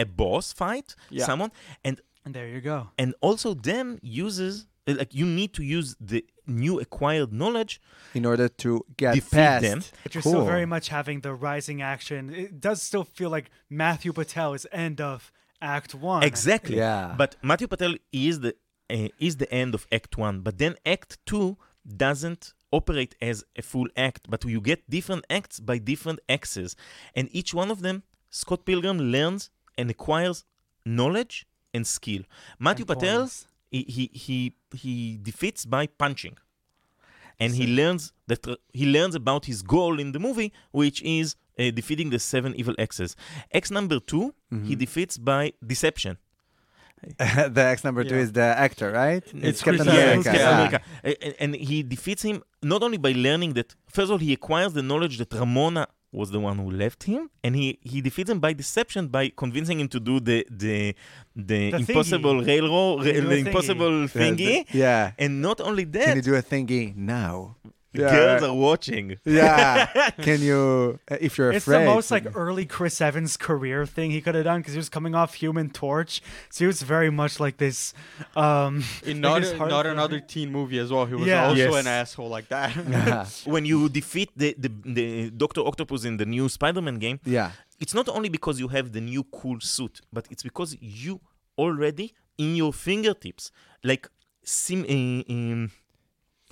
F: a boss fight,
E: Yeah.
F: someone, and
E: And there you go.
F: and also them uses uh, like you need to use the new acquired knowledge
G: in order to get
F: defeat
G: past.
F: them.
E: But you're still very much having the rising action. It does still feel like Matthew Patel is end of Act One.
F: exactly
G: Yeah.
F: but matthew patel is the uh, is the end of act one but then act two doesn't operate as a full act but you get different acts by different axes and each one of them scott pilgrim learns and acquires knowledge and skill matthew patel
E: points.
F: he, he he he defeats by punching and he learns that uh, he learns about his goal in the movie, which is uh, defeating the seven evil exes. X number 2 he defeats by deception.
G: the X number two
D: Yeah.
G: is the actor, right?
D: It's
G: Captain
D: Chris
G: America.
D: Evans,
F: Captain
G: yeah.
F: America. A- a- And he defeats him not only by learning that. First of all, he acquires the knowledge that Ramona was the one who left him, and he he defeats him by deception by convincing him to do the the the,
E: The
F: impossible
E: thingy.
F: railroad,
E: You do
F: the
E: a thingy.
F: impossible
G: Yeah,
F: thingy.
G: the- yeah.
F: And not only
G: Can you
F: that,
G: do a thingy now?
F: girls are watching.
G: yeah. Can you, uh, if you're
E: It's
G: afraid?
E: the most like early Chris Evans career thing he could have done because he was coming off Human Torch, so he was very much like this. Um,
D: In not,
E: his heart-
D: not another teen movie as well. He was
E: Yeah.
D: also
F: Yes.
D: an asshole like that.
G: yeah.
F: when you defeat the, the, the Doctor Octopus in the new Spider-Man game,
G: Yeah.
F: it's not only because you have the new cool suit, but it's because you already in your fingertips, like sim. eh, em,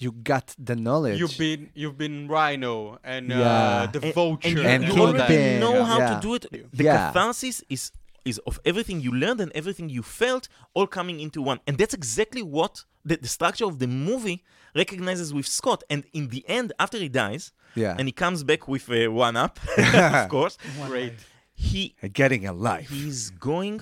G: You got the knowledge.
D: You've been you've been Rhino and
G: Yeah.
D: uh, the
F: eh,
D: Vulture
F: and you,
G: and
F: you
D: all
G: Kingpin.
D: that.
F: already know how
G: Yeah.
F: to do it. The
G: Yeah.
F: catharsis is is of everything you learned and everything you felt all coming into one, and that's exactly what the, the structure of the movie recognizes with Scott. And in the end, after he dies,
G: Yeah.
F: and he comes back with a one up, of course.
D: Great.
F: He
G: getting a life.
F: he's going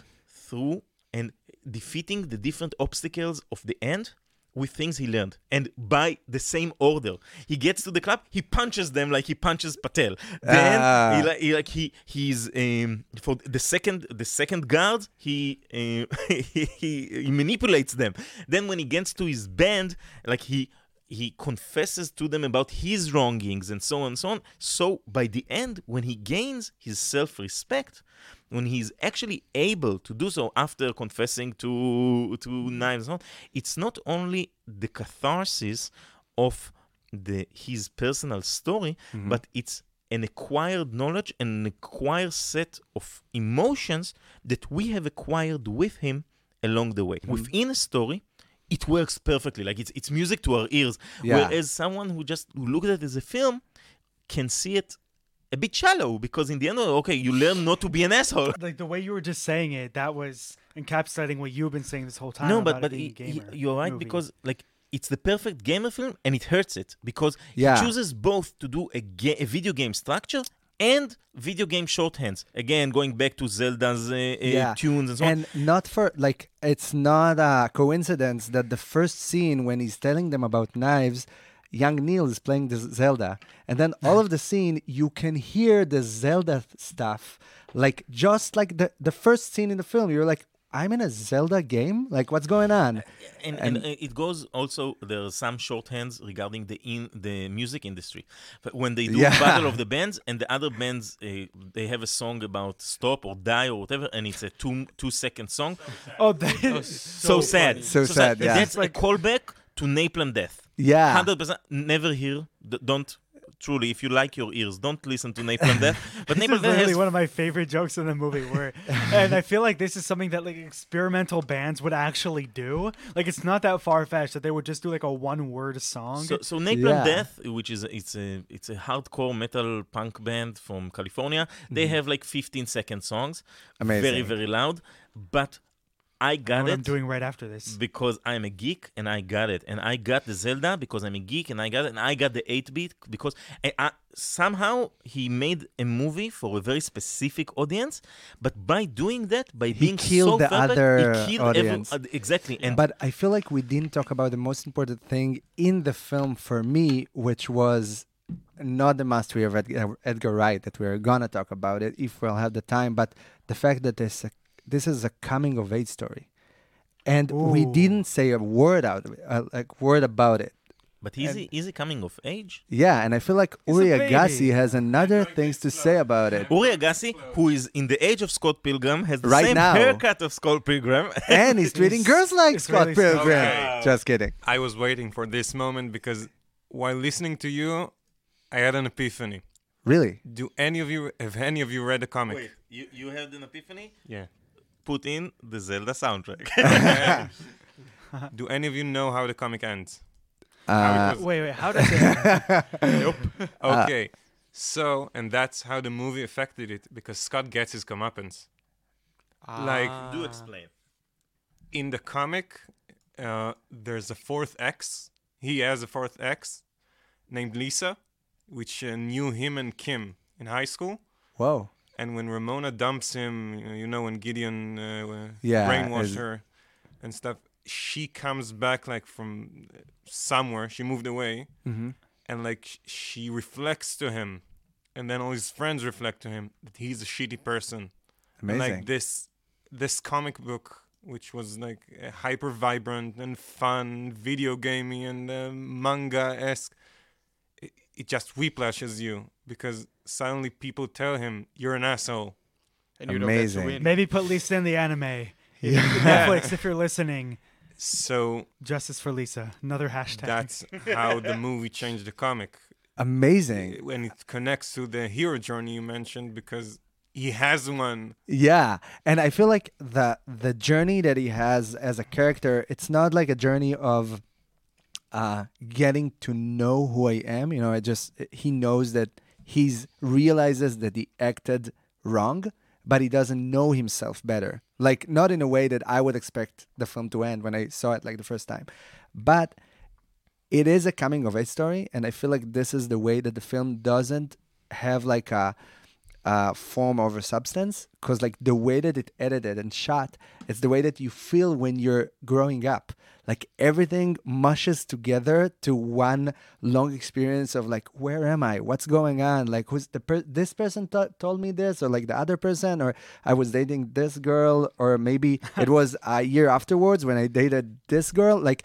F: through and defeating the different obstacles of the end with things he learned and by the same order he gets to the club he punches them like he punches patel then
G: Ah.
F: he, li- he like he he's um for the second the second guard he, um, he he he manipulates them then when he gets to his band like he he confesses to them about his wrongings and so on and so on. So by the end, when he gains his self respect, when he's actually able to do so after confessing to to knives and so on, it's not only the catharsis of the his personal story, but it's an acquired knowledge and an acquired set of emotions that we have acquired with him along the way. Within a story, it works perfectly. Like it's it's music to our ears.
G: Yeah.
F: Whereas someone who just who looked at it as a film can see it a bit shallow because in the end, oh, okay, you learn not to be an asshole.
E: like the way you were just saying it, that was encapsulating what you've been saying this whole time.
F: No,
E: about
F: but
E: it
F: but
E: being
F: he- he-
E: gamer
F: you're right
E: movie.
F: because like it's the perfect gamer film and it hurts it because
G: Yeah.
F: he chooses both to do a, ga- a video game structure and video game shorthands. Again, going back to Zelda's uh, uh, tunes and so on.
G: not for like it's not a coincidence that the first scene when he's telling them about knives, young Neil is playing the Zelda, and then all of the scene you can hear the Zelda th- stuff, like just like the the first scene in the film. You're like, I'm in a Zelda game. Like, what's going on?
F: and, and, uh, it goes also there are some shorthands regarding the in the music industry but when they do
G: Yeah.
F: battle of the bands and the other bands uh, they have a song about stop or die or whatever and it's a two two second song
E: oh that is
F: so, sad
G: So sad, yeah.
F: that's like a callback to napalm death
E: Ah.
G: Yeah.
F: 100% never hear d- don't Truly, if you like your ears, don't listen to Napalm Death. But
E: this
F: Napalm
E: is
F: Death
E: really
F: has
E: one of my favorite jokes in the movie where and i feel like this is something that like experimental bands would actually do like it's not that far-fetched that they would just do like a one word song
F: So, so Napalm
G: Yeah.
F: Death, which is it's a it's a hardcore metal punk band from California, they
E: Mm-hmm.
F: have like 15 second songs, very
G: Amazing.
F: very loud. But I got
E: what
F: it
E: i'm doing right after this
F: because I'm a geek and I got it, and I got the Zelda because I'm a geek and I got it, and I got the 8 bit because I, I, somehow he made a movie for a very specific audience, but by doing that, by being so
G: killed the
F: far back,
G: other
F: he killed every-
G: audience.
F: uh, exactly, and
G: but I feel like we didn't talk about the most important thing in the film for me, which was not the mastery of Edgar, Edgar Wright that we're gonna talk about it if we'll have the time, but the fact that this this is a coming of age story, and we
E: Ooh.
G: didn't say a word out of it, uh, like word about it.
F: but is he is he coming of age?
G: Yeah, and I feel like
E: a
G: Uri
E: baby.
G: Agassi has another things to say about it.
F: Uri Agassi, who is in the age of Scott Pilgrim, has the
G: Right
F: same
G: now.
F: haircut of Scott Pilgrim.
G: And he's treating girls like
E: it's
G: Scott
E: really so-
G: Pilgrim.
H: Okay.
G: Just kidding.
H: I was waiting for this moment because while listening to you, I had an epiphany.
G: Really?
H: Do any of you have any of you read a comic?
F: you, you had an epiphany?
H: Yeah.
F: Put in the Zelda soundtrack.
H: Do any of you know how the comic ends?
G: Uh,
F: Mm.
H: Because-
E: wait wait how does it
H: okay. so, and that's how the movie affected it because Scott gets his comeuppance. Like
F: Do explain.
H: in the comic, uh, there's a fourth X. He has a fourth X named Lisa, which uh, knew him and Kim in high school.
G: whoa.
H: And when Ramona dumps him, you- you know, when Gideon uh,
G: Yeah,
H: brainwashed
G: as-
H: her and stuff, she comes back like from somewhere. She moved away, and like sh- she reflects to him, and then all his friends reflect to him that he's a shitty person. And,
G: Amazing.
H: like this, this comic book, which was like uh, hyper vibrant and fun, video gamey and uh, manga esque, it, it just whiplashes you because suddenly people tell him you're an asshole.
D: And you don't get to
G: Amazing.
D: win.
E: maybe put lisa in the anime netflix if you're listening
H: So
E: justice for lisa another hashtag
H: that's how the movie changed the comic
G: Amazing.
H: and it connects to the hero journey you mentioned because he has one
G: Yeah, and I feel like the the journey that he has as a character, it's not like a journey of uh getting to know who I am, you know, I just he knows that he's realizes that he acted wrong, but he doesn't know himself better. Like not in a way that I would expect the film to end when I saw it like the first time. But it is a coming of age story and i feel like this is the way that the film doesn't have like a, a form over substance because like the way that it edited and shot it's the way that you feel when you're growing up like everything mushes together to one long experience of like where am i what's going on like who's the per- this person to- told me this or like the other person or i was dating this girl or maybe it was a year afterwards when i dated this girl like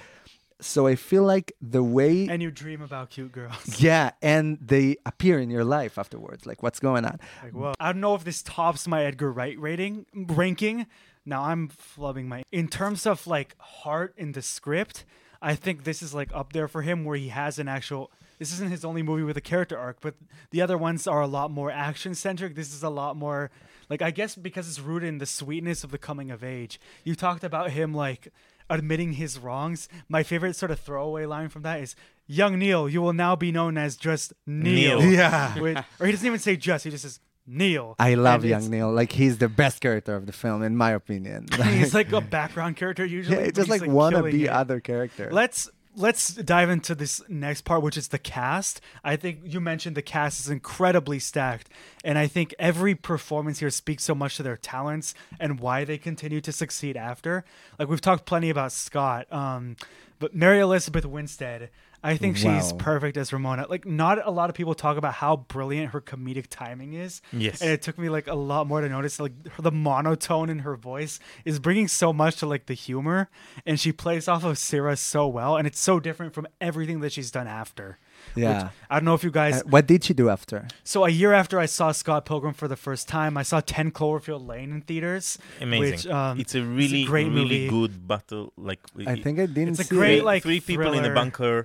G: so I feel like the way,
E: and you dream about cute girls
G: yeah, and they appear in your life afterwards. Like, what's going on?
E: like whoa i don't know if this tops my edgar wright rating ranking now i'm flubbing my in terms of like heart in the script i think this is like up there for him where he has an actual this isn't his only movie with a character arc but the other ones are a lot more action centric this is a lot more like i guess because it's rooted in the sweetness of the coming of age you talked about him like admitting his wrongs my favorite sort of throwaway line from that is young neil you will now be known as just neil,
F: Neil.
G: Yeah.
E: Wait, or he doesn't even say just. He just says Neil.
G: I love
E: And
G: Young
E: it's-
G: Neil. Like, he's the best character of the film, in my opinion.
E: He's like a background character usually.
G: yeah,
E: but
G: just
E: he's,
G: like wanna
E: killing
G: be
E: it.
G: other character.
E: Let's let's dive into this next part, which is the cast. I think you mentioned the cast is incredibly stacked, and I think every performance here speaks so much to their talents and why they continue to succeed after. Like we've talked plenty about Scott, um, but Mary Elizabeth Winstead. I think she's
F: Wow.
E: perfect as Ramona. Like, not a lot of people talk about how brilliant her comedic timing is.
F: Yes.
E: And it took me like a lot more to notice. Like her- the monotone in her voice is bringing so much to like the humor, and she plays off of Sarah so well, and it's so different from everything that she's done after. Which-
G: Yeah.
E: I don't know if you guys.
G: Uh, what did she do after?
E: So a year after I saw Scott Pilgrim for the first time, I saw Ten Cloverfield Lane in theaters.
F: Amazing.
E: Which, um,
F: it's a really,
E: great
F: really
E: movie.
F: good battle. Like
G: I think I didn't
E: It's a
G: see
E: great
G: it.
E: like
F: three people in a
E: thriller.
F: bunker.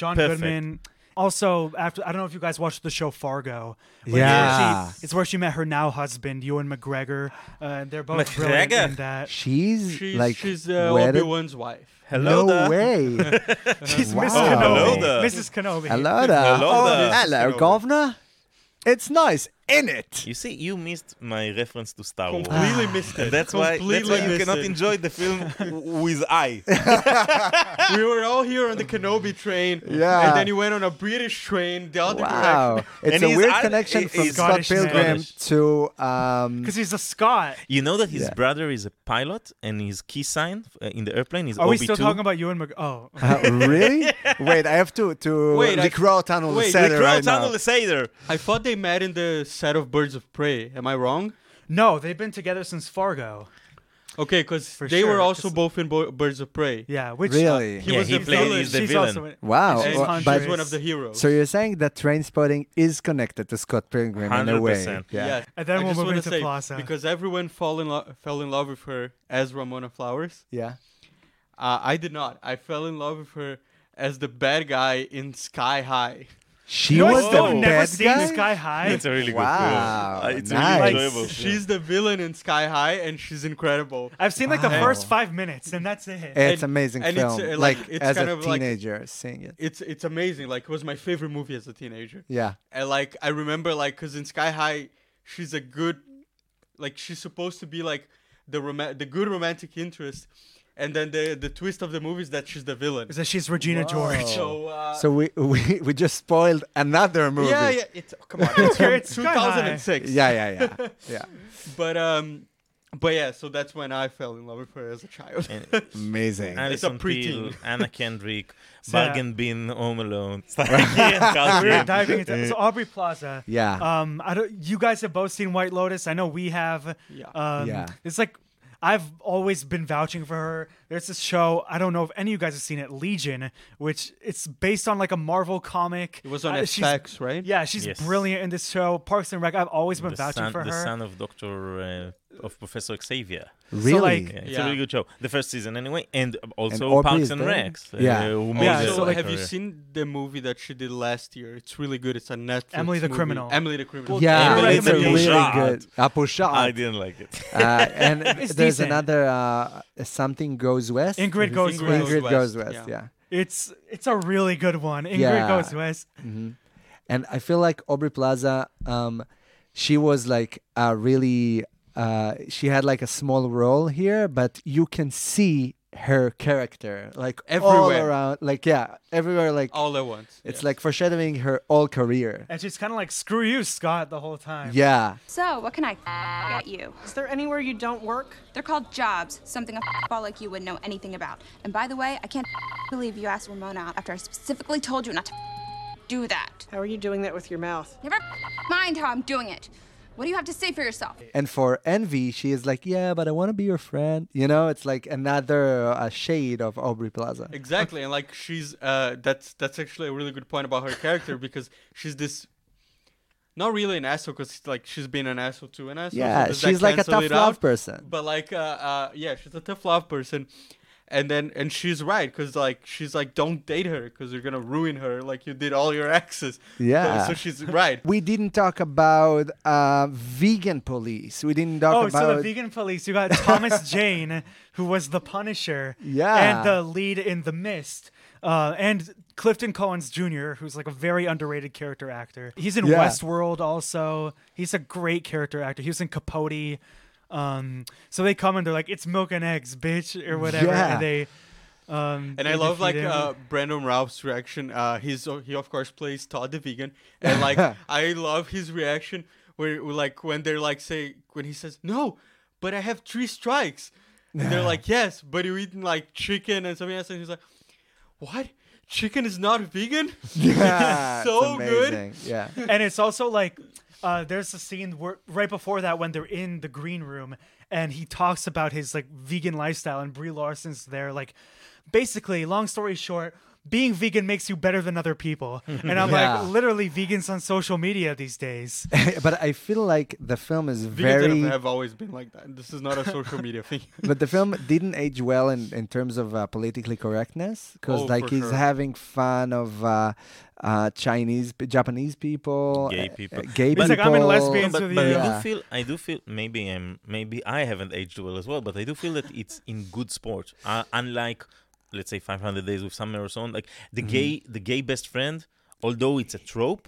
E: John
F: Perfect.
E: Goodman. Also, after I don't know if you guys watched the show Fargo. where
G: Yeah.
E: she, it's where she met her now husband, Ewan McGregor. Uh, they're both brilliant
F: McGregor.
E: in that.
G: She's,
D: She's
G: like
D: she's uh,
G: wedded-
D: Obi Wan's wife.
F: Hello
G: no
F: there.
G: way.
E: She's
G: Wow.
E: Miss
F: Hello
E: Kenobi.
F: there.
E: Mrs. Kenobi.
G: Hello there.
F: Hello there.
G: Hello, governor. It's nice, in it?
F: You see, you missed my reference to Star Wars.
D: Completely missed it.
F: And that's why, that's
D: Completely
F: why you
D: missed
F: cannot
D: it.
F: enjoy the film w- with I.
D: we were all here on the Kenobi train.
G: Yeah.
D: And then you went on a British train the other
G: Wow.
D: direction.
G: It's
F: And
G: a
F: he's
G: weird
F: Irish-
G: connection
F: he-
G: from
F: he's
G: Scott
E: Scottish, man.
G: Pilgrim to um,
E: Because he's a Scot.
F: You know that his
G: Yeah.
F: brother is a pilot and his key sign uh, in the airplane is
E: Are
F: OB2.
E: we still talking about Ewan McGregor? Oh,
G: Uh, really? Wait, I have to to
D: Wait, I-
G: the crow tunnel
D: wait,
G: set
D: the
G: it
F: Crow
G: right
F: Tunnel
G: now.
F: Crusader.
D: I thought they met in the set of Birds of Prey. Am I wrong?
E: no, they've been together since Fargo.
D: Okay, because
E: For
D: they
E: sure,
D: were also
E: 'cause-
D: both in Bo- Birds of Prey.
E: Yeah, which uh,
G: Really?
D: He
F: Yeah,
D: was
F: he
D: the
F: played-
D: villain.
F: he's the
E: she's
F: villain.
E: Also,
G: Wow.
E: she's
D: She's
G: Well, but-
D: one of the heroes.
G: So you're saying that train spotting is connected to Scott Pilgrim in a way?
F: 100%.
G: Yeah.
D: Yes.
E: And then
D: I
E: we'll
D: just
E: move
D: wanna
E: into
D: say,
E: Plaza.
D: Because everyone fall in lo- fell in love with her as Ramona Flowers.
G: Yeah.
D: Uh, I did not. I fell in love with her as the bad guy in Sky High.
G: She
E: You know,
G: was
E: I
G: the
E: still have never
G: bad
E: seen
G: guy.
E: Sky High.
F: It's a really
G: Wow,
F: good film. Uh, it's
G: nice.
F: a really enjoyable. film.
D: She's the villain in Sky High, and she's incredible.
E: I've seen like the
D: Wow.
E: first five minutes, and that's it.
G: It's
D: and-
G: amazing
D: and it's,
G: film.
D: uh,
G: like,
D: like, it's
G: as
D: kind
G: a
D: of like-
G: teenager seeing it.
D: It's it's amazing. Like it was my favorite movie as a teenager.
G: Yeah.
D: And like I remember, like, cause in Sky High, she's a good, like, she's supposed to be like the rom- the good romantic interest, and then the the twist of the movie is that she's the villain.
E: Is that she's Regina George?
D: So uh,
G: So we, we we just spoiled another movie.
D: yeah, yeah, it's oh, come on, it's, from
E: It's Sky High.
D: 2006.
G: yeah, yeah, yeah. yeah.
D: but um, but yeah, so that's when I fell in love with her as a child.
G: Amazing.
D: It's a
F: Alison Peel,
D: preteen.
F: Anna Kendrick,
E: yeah.
F: Bargain Bin, Home Alone. It's like, yeah,
E: We're
F: Calvin.
E: diving into so Aubrey Plaza.
G: Yeah.
D: uh,
E: Um, I don't. You guys have both seen White Lotus. I know we have.
D: Yeah.
E: Um,
G: Yeah.
E: It's like I've always been vouching for her. There's this show. I don't know if any of you guys have seen it, Legion, which it's based on like a Marvel comic.
D: It was on
E: Uh, she's-
D: FX, right?
E: Yeah, she's
F: Yes.
E: brilliant in this show. Parks and Rec. I've always been
F: the
E: vouching
F: son,
E: for
F: the
E: her.
F: son of Doctor uh, of Professor Xavier.
G: really?
E: like,
F: Yeah, it's a
D: Yeah.
F: really good show. The first season, anyway, and also
G: Aubrey
F: Parks
G: is
F: and
G: there?
F: Recs. uh,
G: Yeah.
F: who made
E: Yeah,
F: the-
E: so,
D: Also,
E: like-
D: have you
F: her-
D: seen the movie that she did last year? It's really good. It's a Netflix.
E: Emily the
D: movie.
E: Criminal.
D: Emily the Criminal.
G: yeah,
E: Emily
G: it's a really
F: Bouchard.
G: good. A Bouchard.
F: I didn't like it.
G: uh, and there's
E: decent.
G: another uh, something goes west.
E: Ingrid goes
D: Ingrid
E: west.
G: Ingrid goes
D: Goes
G: west.
D: West,
G: Yeah.
D: yeah.
E: It's it's a really good one. Ingrid
G: Yeah.
E: goes west.
G: and I feel like Aubrey Plaza, um, she was like a really. Uh, she had like a small role here, but you can see her character like all
D: Everywhere.
G: around. Like yeah, everywhere. Like
D: All at once. Oh,
G: it's
D: yes.
G: like foreshadowing her whole career.
E: And she's kind of like screw you, Scott, the whole time.
G: Yeah,
L: So, what can I f- get you?
M: Is there anywhere you don't work?
L: They're called jobs, something a f- ball like you would know anything about. And by the way, I can't f- believe you asked Ramona out after I specifically told you not to f- do that.
M: How are you doing that with your mouth?
L: Never f- mind how I'm doing it. What do you have to say for yourself?
G: and for Envy, she is like, yeah, but I want to be your friend. You know, it's like another uh, shade of Aubrey Plaza.
D: Exactly, and like she's uh, that's that's actually a really good point about her character because she's this, not really an asshole because like she's been an asshole to an asshole. so
G: Yeah,
D: does that
G: she's like a
D: cancel
G: tough
D: it
G: love
D: out?
G: person.
D: But like, uh, uh, yeah, she's a tough love person, and then and she's right because like she's like don't date her because you're gonna ruin her like you did all your exes.
G: Yeah.
D: so she's right.
G: We didn't talk about uh, vegan police. We didn't talk
E: Oh,
G: about
E: so the vegan police. You got Thomas Jane, who was the Punisher,
G: Yeah.
E: and the lead in The Mist, uh, and Clifton Collins Jr., who's like a very underrated character actor. He's in
G: Yeah.
E: Westworld also. He's a great character actor. He was in Capote. Um, so they come and they're like, "It's milk and eggs, bitch," or whatever,
G: Yeah.
E: and they Um,
D: and I
E: they
D: love
E: defeat
D: like
E: him.
D: uh, Brandon Ralph's reaction. Uh, he's he of course plays Todd the vegan, and like I love his reaction where like when they're like say when he says no, but I have three strikes, and they're like yes, but you eating like chicken and something else, and he's like, what? Chicken is not vegan?
G: Yeah, it's
D: so good.
G: amazing. Yeah.
E: and it's also like uh, there's a scene where right before that when they're in the green room and he talks about his like vegan lifestyle and Brie Larson's there like basically long story short being vegan makes you better than other people and I'm
G: Yeah.
E: like literally vegans on social media these days
G: but I feel like the film is
D: Vegans
G: very.
D: have- have always been like that. This is not a social media thing.
G: but the film didn't age well in, in terms of uh, politically correctness because
D: Oh,
G: like
D: for
G: he's
D: sure.
G: having fun of uh, uh, Chinese, Japanese people,
F: gay
G: uh,
F: people.
G: uh, gay people.
F: No, but, but I
G: Yeah.
F: do feel, I do feel, maybe I'm, maybe I haven't aged well as well, but I do feel that it's in good sport. Uh, unlike, let's say, 500 Days with Summer or so on, like the
G: Mhm.
F: gay, the gay best friend, although it's a trope,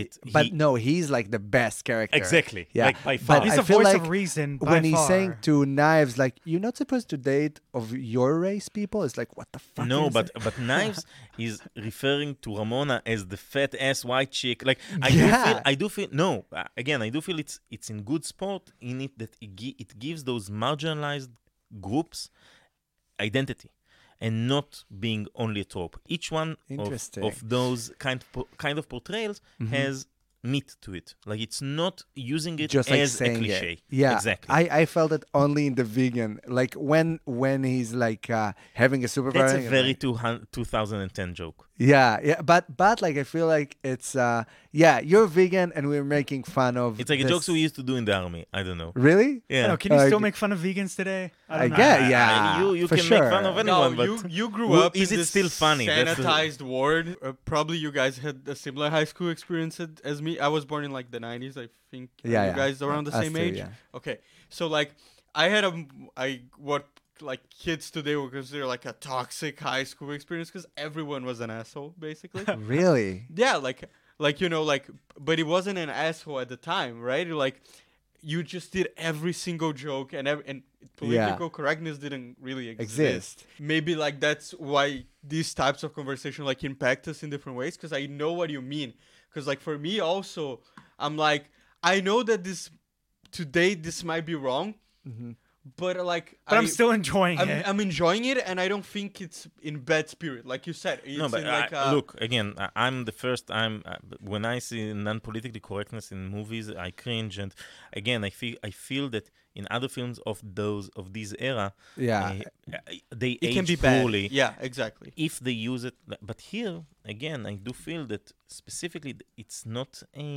F: it.
G: But
F: he-
G: no, he's like the best character.
F: Exactly,
G: Yeah.
F: like, by
G: But
F: far.
E: He's
G: I
E: the
G: feel
E: voice of
G: like
E: reason, by
G: When he's saying
E: far.
G: to Knives, like, you're not supposed to date of your race people, it's like, what the fuck?
F: No,
G: is
F: but
G: it?
F: but knives is referring to Ramona as the fat ass white chick. Like I do
G: Yeah.
F: feel, I do feel no. uh, Again, I do feel it's it's in good sport in it that it, gi- it gives those marginalized groups identity and not being only a trope. Each one of,
G: Interesting.
F: of those kind of, po- kind of portrayals
G: Mhm.
F: has meat to it. Like it's not using it
G: just like
F: as a
G: saying
F: cliche.
G: it. Yeah,
F: exactly.
G: I, I felt it only in the vegan, like when when he's like uh, having a super.
F: That's a
G: party and,
F: very
G: like-
F: 200, 2010 joke.
G: yeah, yeah, but but like I feel like it's uh yeah, you're vegan and we're making fun of.
F: It's like a
G: this-
F: jokes we used to do in the army. I don't know.
G: Really?
E: I
F: Yeah.
E: don't know, can you
G: Uh,
E: still make fun of vegans today
G: I
E: don't know.
G: guess,
F: I-
G: yeah.
F: you you
G: for
F: can make fun
G: sure.
F: of anyone,
D: No,
F: but
D: you, you grew
F: w-
D: up.
F: Is
D: in
F: it
D: this
F: still funny? That's the-
D: Sanitized word. Uh, probably you guys had a similar high school experience ad- as me. I was born in like the '90s. I think Are
G: Yeah,
D: you
G: yeah.
D: guys around the
G: Us
D: same
G: too,
D: age.
G: yeah.
D: Okay, so like I had a m- I what like kids today would consider like a toxic high school experience because everyone was an asshole basically.
G: Really?
D: Yeah, like like you know like but he wasn't an asshole at the time, right? Like you just did every single joke and ev- and political correctness didn't really exist.
G: Exist.
D: Maybe like that's why these types of conversation like impact us in different ways cuz I know what you mean. Cuz like for me also I'm like I know that this today this might be wrong.
F: Mm-hmm.
D: But like
E: But I'm still enjoying
D: I'm-
E: it.
D: I'm enjoying it and I don't think it's in bad spirit like you said. It's
F: no, but
D: in like uh,
F: I-
D: a-
F: look again. I, I'm the first. I'm uh, when I see non-politically correctness in movies, I cringe. And again, I feel I feel that in other films of those of this era,
G: Yeah.
F: uh, uh, they
D: It
F: age
D: can be bad.
F: poorly.
D: Yeah, exactly.
F: If they use it, li- but here again, I do feel that specifically th- it's not a.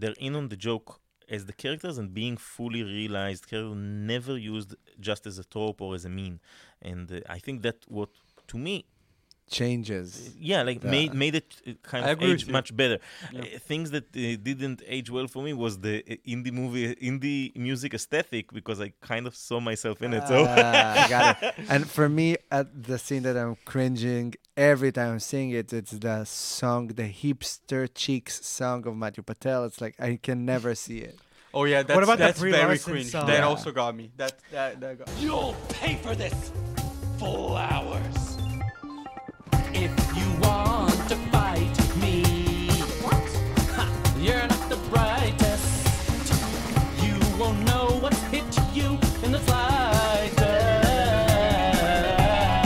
F: They're in on the joke as the characters and being fully realized. Character never used just as a trope or as a mean, and uh, I think that what to me
G: Changes.
F: yeah, like
G: the-
F: made made it uh, kind
D: I
F: of
D: agree with
F: age
D: you.
F: much better.
D: Yeah.
F: Uh, things that uh, didn't age well for me was the uh, indie movie, indie music aesthetic, because I kind of saw myself in it. So
G: Ah, got it. And for me, at the scene that I'm cringing every time I'm seeing it, it's the song, the hipster cheeks song of Matthew Patel. It's like I can never see it.
D: Oh yeah, that's,
E: about that
D: that's
E: Brie
D: very
E: Larson
D: cringe.
E: song?
D: That
E: Yeah.
D: also got me. That that that got.
K: You'll pay for this, flowers. If you want to fight me, ha, you're not the brightest. You won't know what's hit you in the slightest.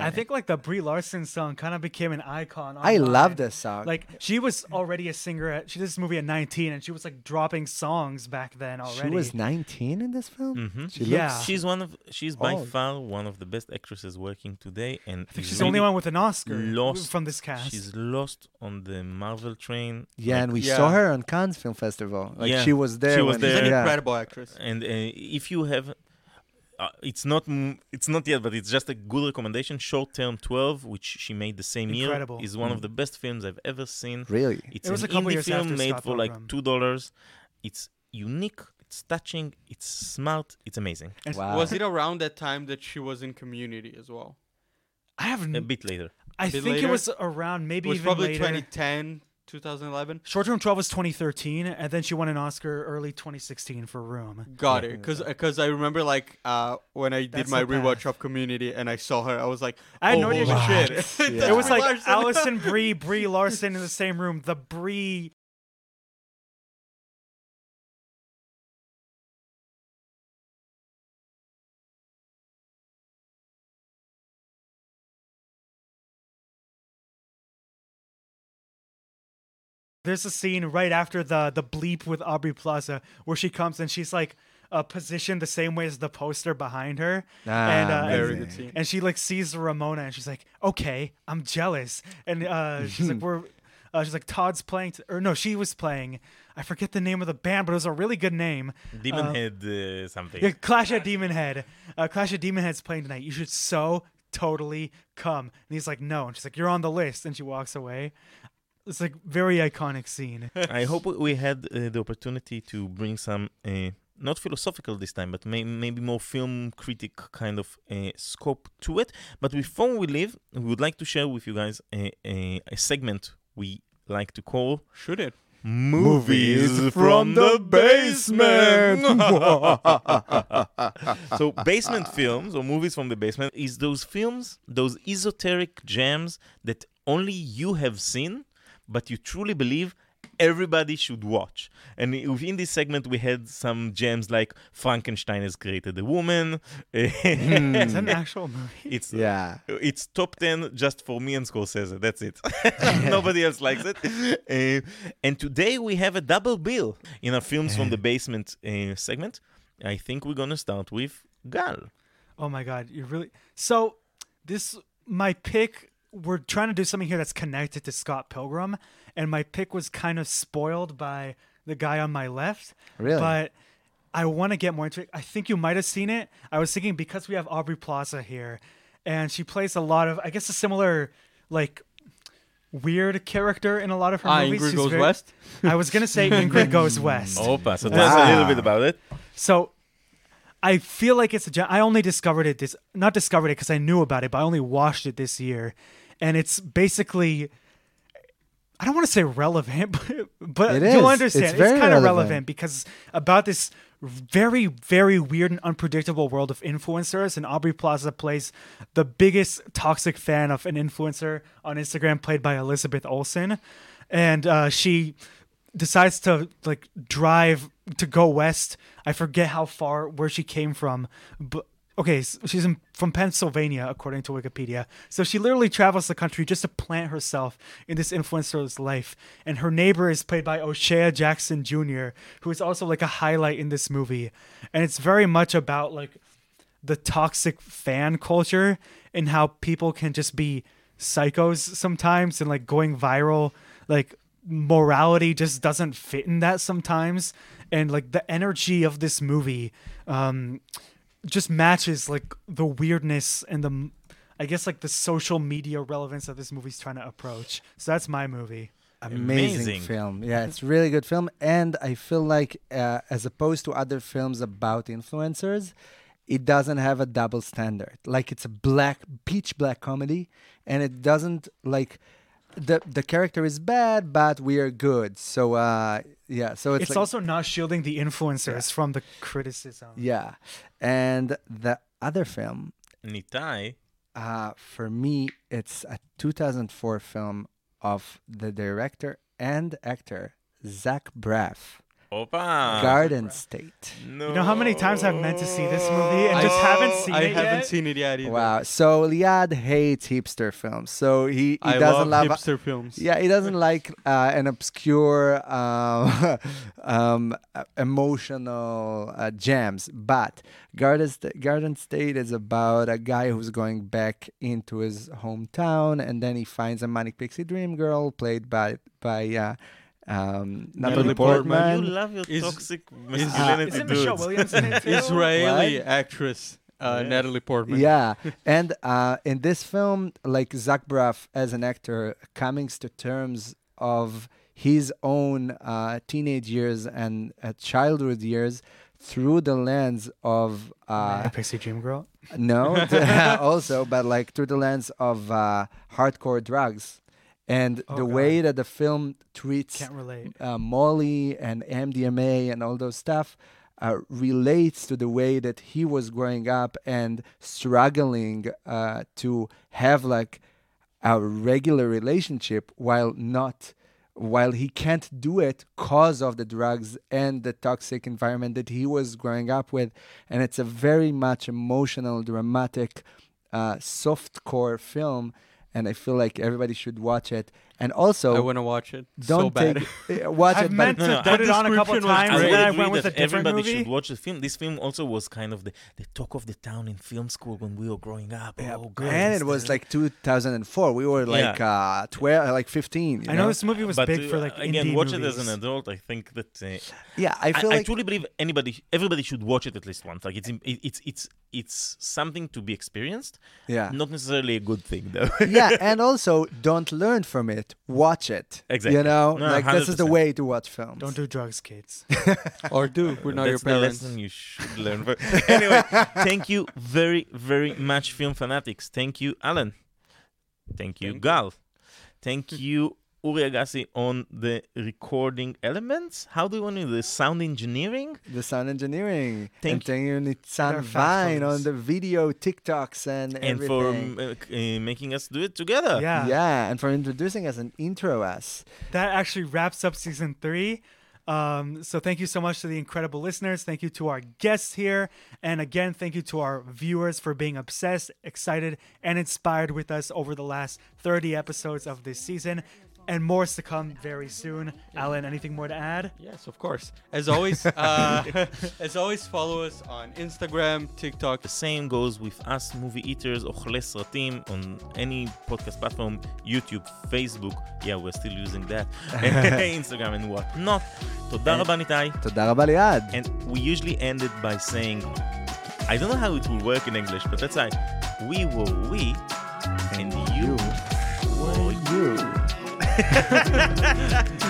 E: I think like the Brie Larson song kind of became an icon.
G: I love
E: online.
G: this song.
E: Like she was already a singer. At, she did this movie at 19, and she was like dropping songs back then already.
G: she was 19 in this film.
F: Mhm.
G: She
E: Yeah.
G: looks
F: she's one of she's by
G: Old.
F: far one of the best actresses working today, and
E: Oh. I think
F: is
E: she's the only
F: really
E: one with an Oscar
F: lost
E: from this cast.
F: She's lost on the Marvel train.
G: Yeah,
F: like-
G: and we
D: Yeah.
G: saw her on Cannes Film Festival. Like
F: Yeah.
G: she was there.
F: She was
G: when-
F: there.
D: She's an
G: yeah.
D: incredible actress.
F: and uh, if you have uh, it's not m- it's not yet but it's just a good recommendation short term 12 which she made the same
E: Incredible. Mm.
F: year is one of the best films i've ever seen
G: Really?
F: it's
E: It was
F: an
E: a couple
F: indie
E: years
F: film
E: after
F: made
E: Scott
F: for like
E: Pilgrim.
F: two dollars it's unique it's touching it's smart it's amazing
E: And
G: Wow.
D: Was it around that time that she was in Community as well?
E: I have.
F: a
E: n-
F: bit later
E: I
D: bit
E: think
D: later?
E: it was around maybe
D: it was
E: even
D: probably
E: later.
D: 2010, 2011.
E: Short Term 12 was 2013, and then she won an Oscar early 2016 for Room.
D: Got it. Cause, uh, cause I remember like uh, when I did
E: That's
D: my
E: the path.
D: rewatch of Community and I saw her, I was like,
E: I had
D: oh,
E: no idea
D: holy
E: she-
D: shit.
E: It was like Allison Brie, Brie Larson in the same room. The Brie There's a scene right after the the bleep with Aubrey Plaza where she comes and she's like uh, positioned the same way as the poster behind her,
G: Ah,
E: and, uh,
G: Very
E: and,
G: good scene.
E: and she like sees Ramona and she's like, "Okay, I'm jealous," and uh, she's like, "We're," uh, she's like, "Todd's playing," t- or no, she was playing. I forget the name of the band, but it was a really good name.
F: Demon
E: Uh,
F: Head uh, something.
E: yeah, Clash at Demon Head. Uh, Clash at Demon Head's playing tonight. You should so totally come. And he's like, no. And she's like, you're on the list. And she walks away. It's like very iconic scene.
F: I hope we had uh, the opportunity to bring some, uh, not philosophical this time, but may- maybe more film critic kind of uh, scope to it. But before we leave, we would like to share with you guys a, a, a segment we like to call.
D: Should it?
F: Movies from the basement. so, basement films or movies from the basement is those films, those esoteric gems that only you have seen, but you truly believe everybody should watch. And within this segment, we had some gems like Frankenstein has created a woman. Hmm.
E: Is that an actual movie?
F: It's
G: yeah.
F: It's top ten just for me and Scorsese. That's it. Nobody else likes it. Uh, and today we have a double bill in our films from the basement uh, segment. I think we're gonna start with Gal.
E: Oh my god, you really so this my pick we're trying to do something here that's connected to Scott Pilgrim, and my pick was kind of spoiled by the guy on my left.
G: Really?
E: But I want to get more into it. I think you might have seen it. I was thinking because we have Aubrey Plaza here, and she plays a lot of I guess a similar like weird character in a lot of her
D: Ah,
E: movies.
D: Ingrid
E: She's
D: Goes
E: very-
D: West? Oh,
E: I was gonna say Ingrid Goes West.
F: Opa, so tell us a little bit about it.
E: So I feel like it's a gen- I only discovered it this not discovered it because I knew about it, but I only watched it this year, and it's basically I don't want to say relevant, but, but
G: It
E: you'll
G: is.
E: understand.
G: It's
E: It's,
G: very
E: kind of
G: relevant.
E: relevant because about this very very weird and unpredictable world of influencers and aubrey plaza plays the biggest toxic fan of an influencer on instagram played by elizabeth olsen and uh, she decides to like drive to go west. I forget how far where she came from, but okay, s- she's in, from Pennsylvania according to Wikipedia. So she literally travels the country just to plant herself in this influencer's life. And her neighbor is played by O'Shea Jackson Jr., who is also like a highlight in this movie. And it's very much about like the toxic fan culture and how people can just be psychos sometimes and like going viral like morality just doesn't fit in that sometimes and like the energy of this movie um just matches like the weirdness and the i guess like the social media relevance that this movie's trying to approach so that's my movie
G: amazing,
F: Amazing.
G: film. Yeah, it's really good film, and I feel like uh, as opposed to other films about influencers, it doesn't have a double standard. Like it's a black, pitch black comedy, and it doesn't like the the character is bad, but we are good. So uh, yeah, so it's,
E: it's
G: like-
E: also not shielding the influencers from the criticism
G: yeah, and the other film
F: Nitai.
G: uh, for me, it's a 2004 film of the director and actor Zach Braff,
F: Opa.
G: Garden State.
F: No.
E: you know how many times i've meant to see this movie and just haven't seen
D: I
E: it
D: haven't
E: yet?
D: seen it yet either.
G: Wow. So Liad hates hipster films. So he, he
D: I
G: doesn't
D: love
G: love
D: hipster films.
G: Yeah, he doesn't like uh, an obscure, um, um, uh, emotional uh, gems. But Garden, Sta- Garden State is about a guy who's going back into his hometown, and then he finds a manic pixie dream girl played by by uh, um, Natalie
D: Natalie Portman.
G: Portman.
F: You love your
D: Is-
F: toxic
E: Is
F: masculinity,
E: it Michelle
F: dudes.
E: Williams in it too?
D: Israeli
G: What?
D: actress uh,
F: Yeah.
D: Natalie Portman.
G: Yeah, and uh, in this film, like Zach Braff as an actor comes to terms of his own uh, teenage years and uh, childhood years through the lens of uh,
E: Yeah, Pixie Dream Girl.
G: no, also, but like through the lens of uh, hardcore drugs and
E: Oh,
G: the
E: God.
G: way that the film treats
E: Can't relate.
G: Uh, Molly and MDMA and all those stuff uh, relates to the way that he was growing up and struggling uh, to have like a regular relationship while not while he can't do it cause of the drugs and the toxic environment that he was growing up with and it's a very much emotional dramatic uh, soft core film and i feel like everybody should watch it and also
D: I wanna watch it so
G: don't
D: bad.
G: take eh, watch
E: I've
G: it but-
E: meant to put it on a couple
D: description was
E: times, and
D: great.
E: then I
F: agree
E: went with a
F: that
E: different
F: everybody
E: movie.
F: should watch the film. This film also was kind of the, the talk of the town in film school when we were growing up. oh, girls,
G: and it was like 2004 we were like
F: Yeah.
G: uh 12 like 15 you
F: But, uh, again. watch it as an adult. I think that uh,
G: Yeah, I feel
F: I,
G: like-
F: truly believe anybody, everybody should watch it at least once. Like it's im- it- it's it's it's something to be experienced.
G: Yeah.
F: not necessarily a good thing though.
G: yeah, and also don't learn from it. Watch it.
F: Exactly.
G: You know,
F: No,
G: like this is the
F: 100%.
G: way to watch films.
E: Don't do drugs, kids.
D: or do. We're not your
F: That's the
D: parents.
F: lesson you should learn. But anyway, thank you very, very much, Film Fanatics. Thank you, Alan. Thank you, Gal. Thank you, Uri Agassi, on the recording elements. How do you want to do the sound engineering?
G: The sound engineering.
F: Thank
G: and thank you, Nitzan
F: They're
G: Vine, on
F: fabulous.
G: the video, TikToks, and,
F: And for
G: everything.
F: um, uh, c- uh, making us do it together.
E: Yeah.
G: yeah, and for introducing us and intro us.
E: that actually wraps up season three. Um, so thank you so much to the incredible listeners. Thank you to our guests here, and again, thank you to our viewers for being obsessed, excited, and inspired with us over the last 30 episodes of this season, and more is to come very soon. Alan, anything more to add?
D: Yes, of course. As always, uh, as always, follow us on Instagram, TikTok.
F: The same goes with us, Movie Eaters, Ochle Sratim, on any podcast platform, YouTube, Facebook. Yeah, we're still using that. Instagram and whatnot. תודה רבה, ניתאי.
G: תודה רבה ליעד.
F: And we usually end it by saying, I don't know how it will work in English, but let's say, we were we, and you were you.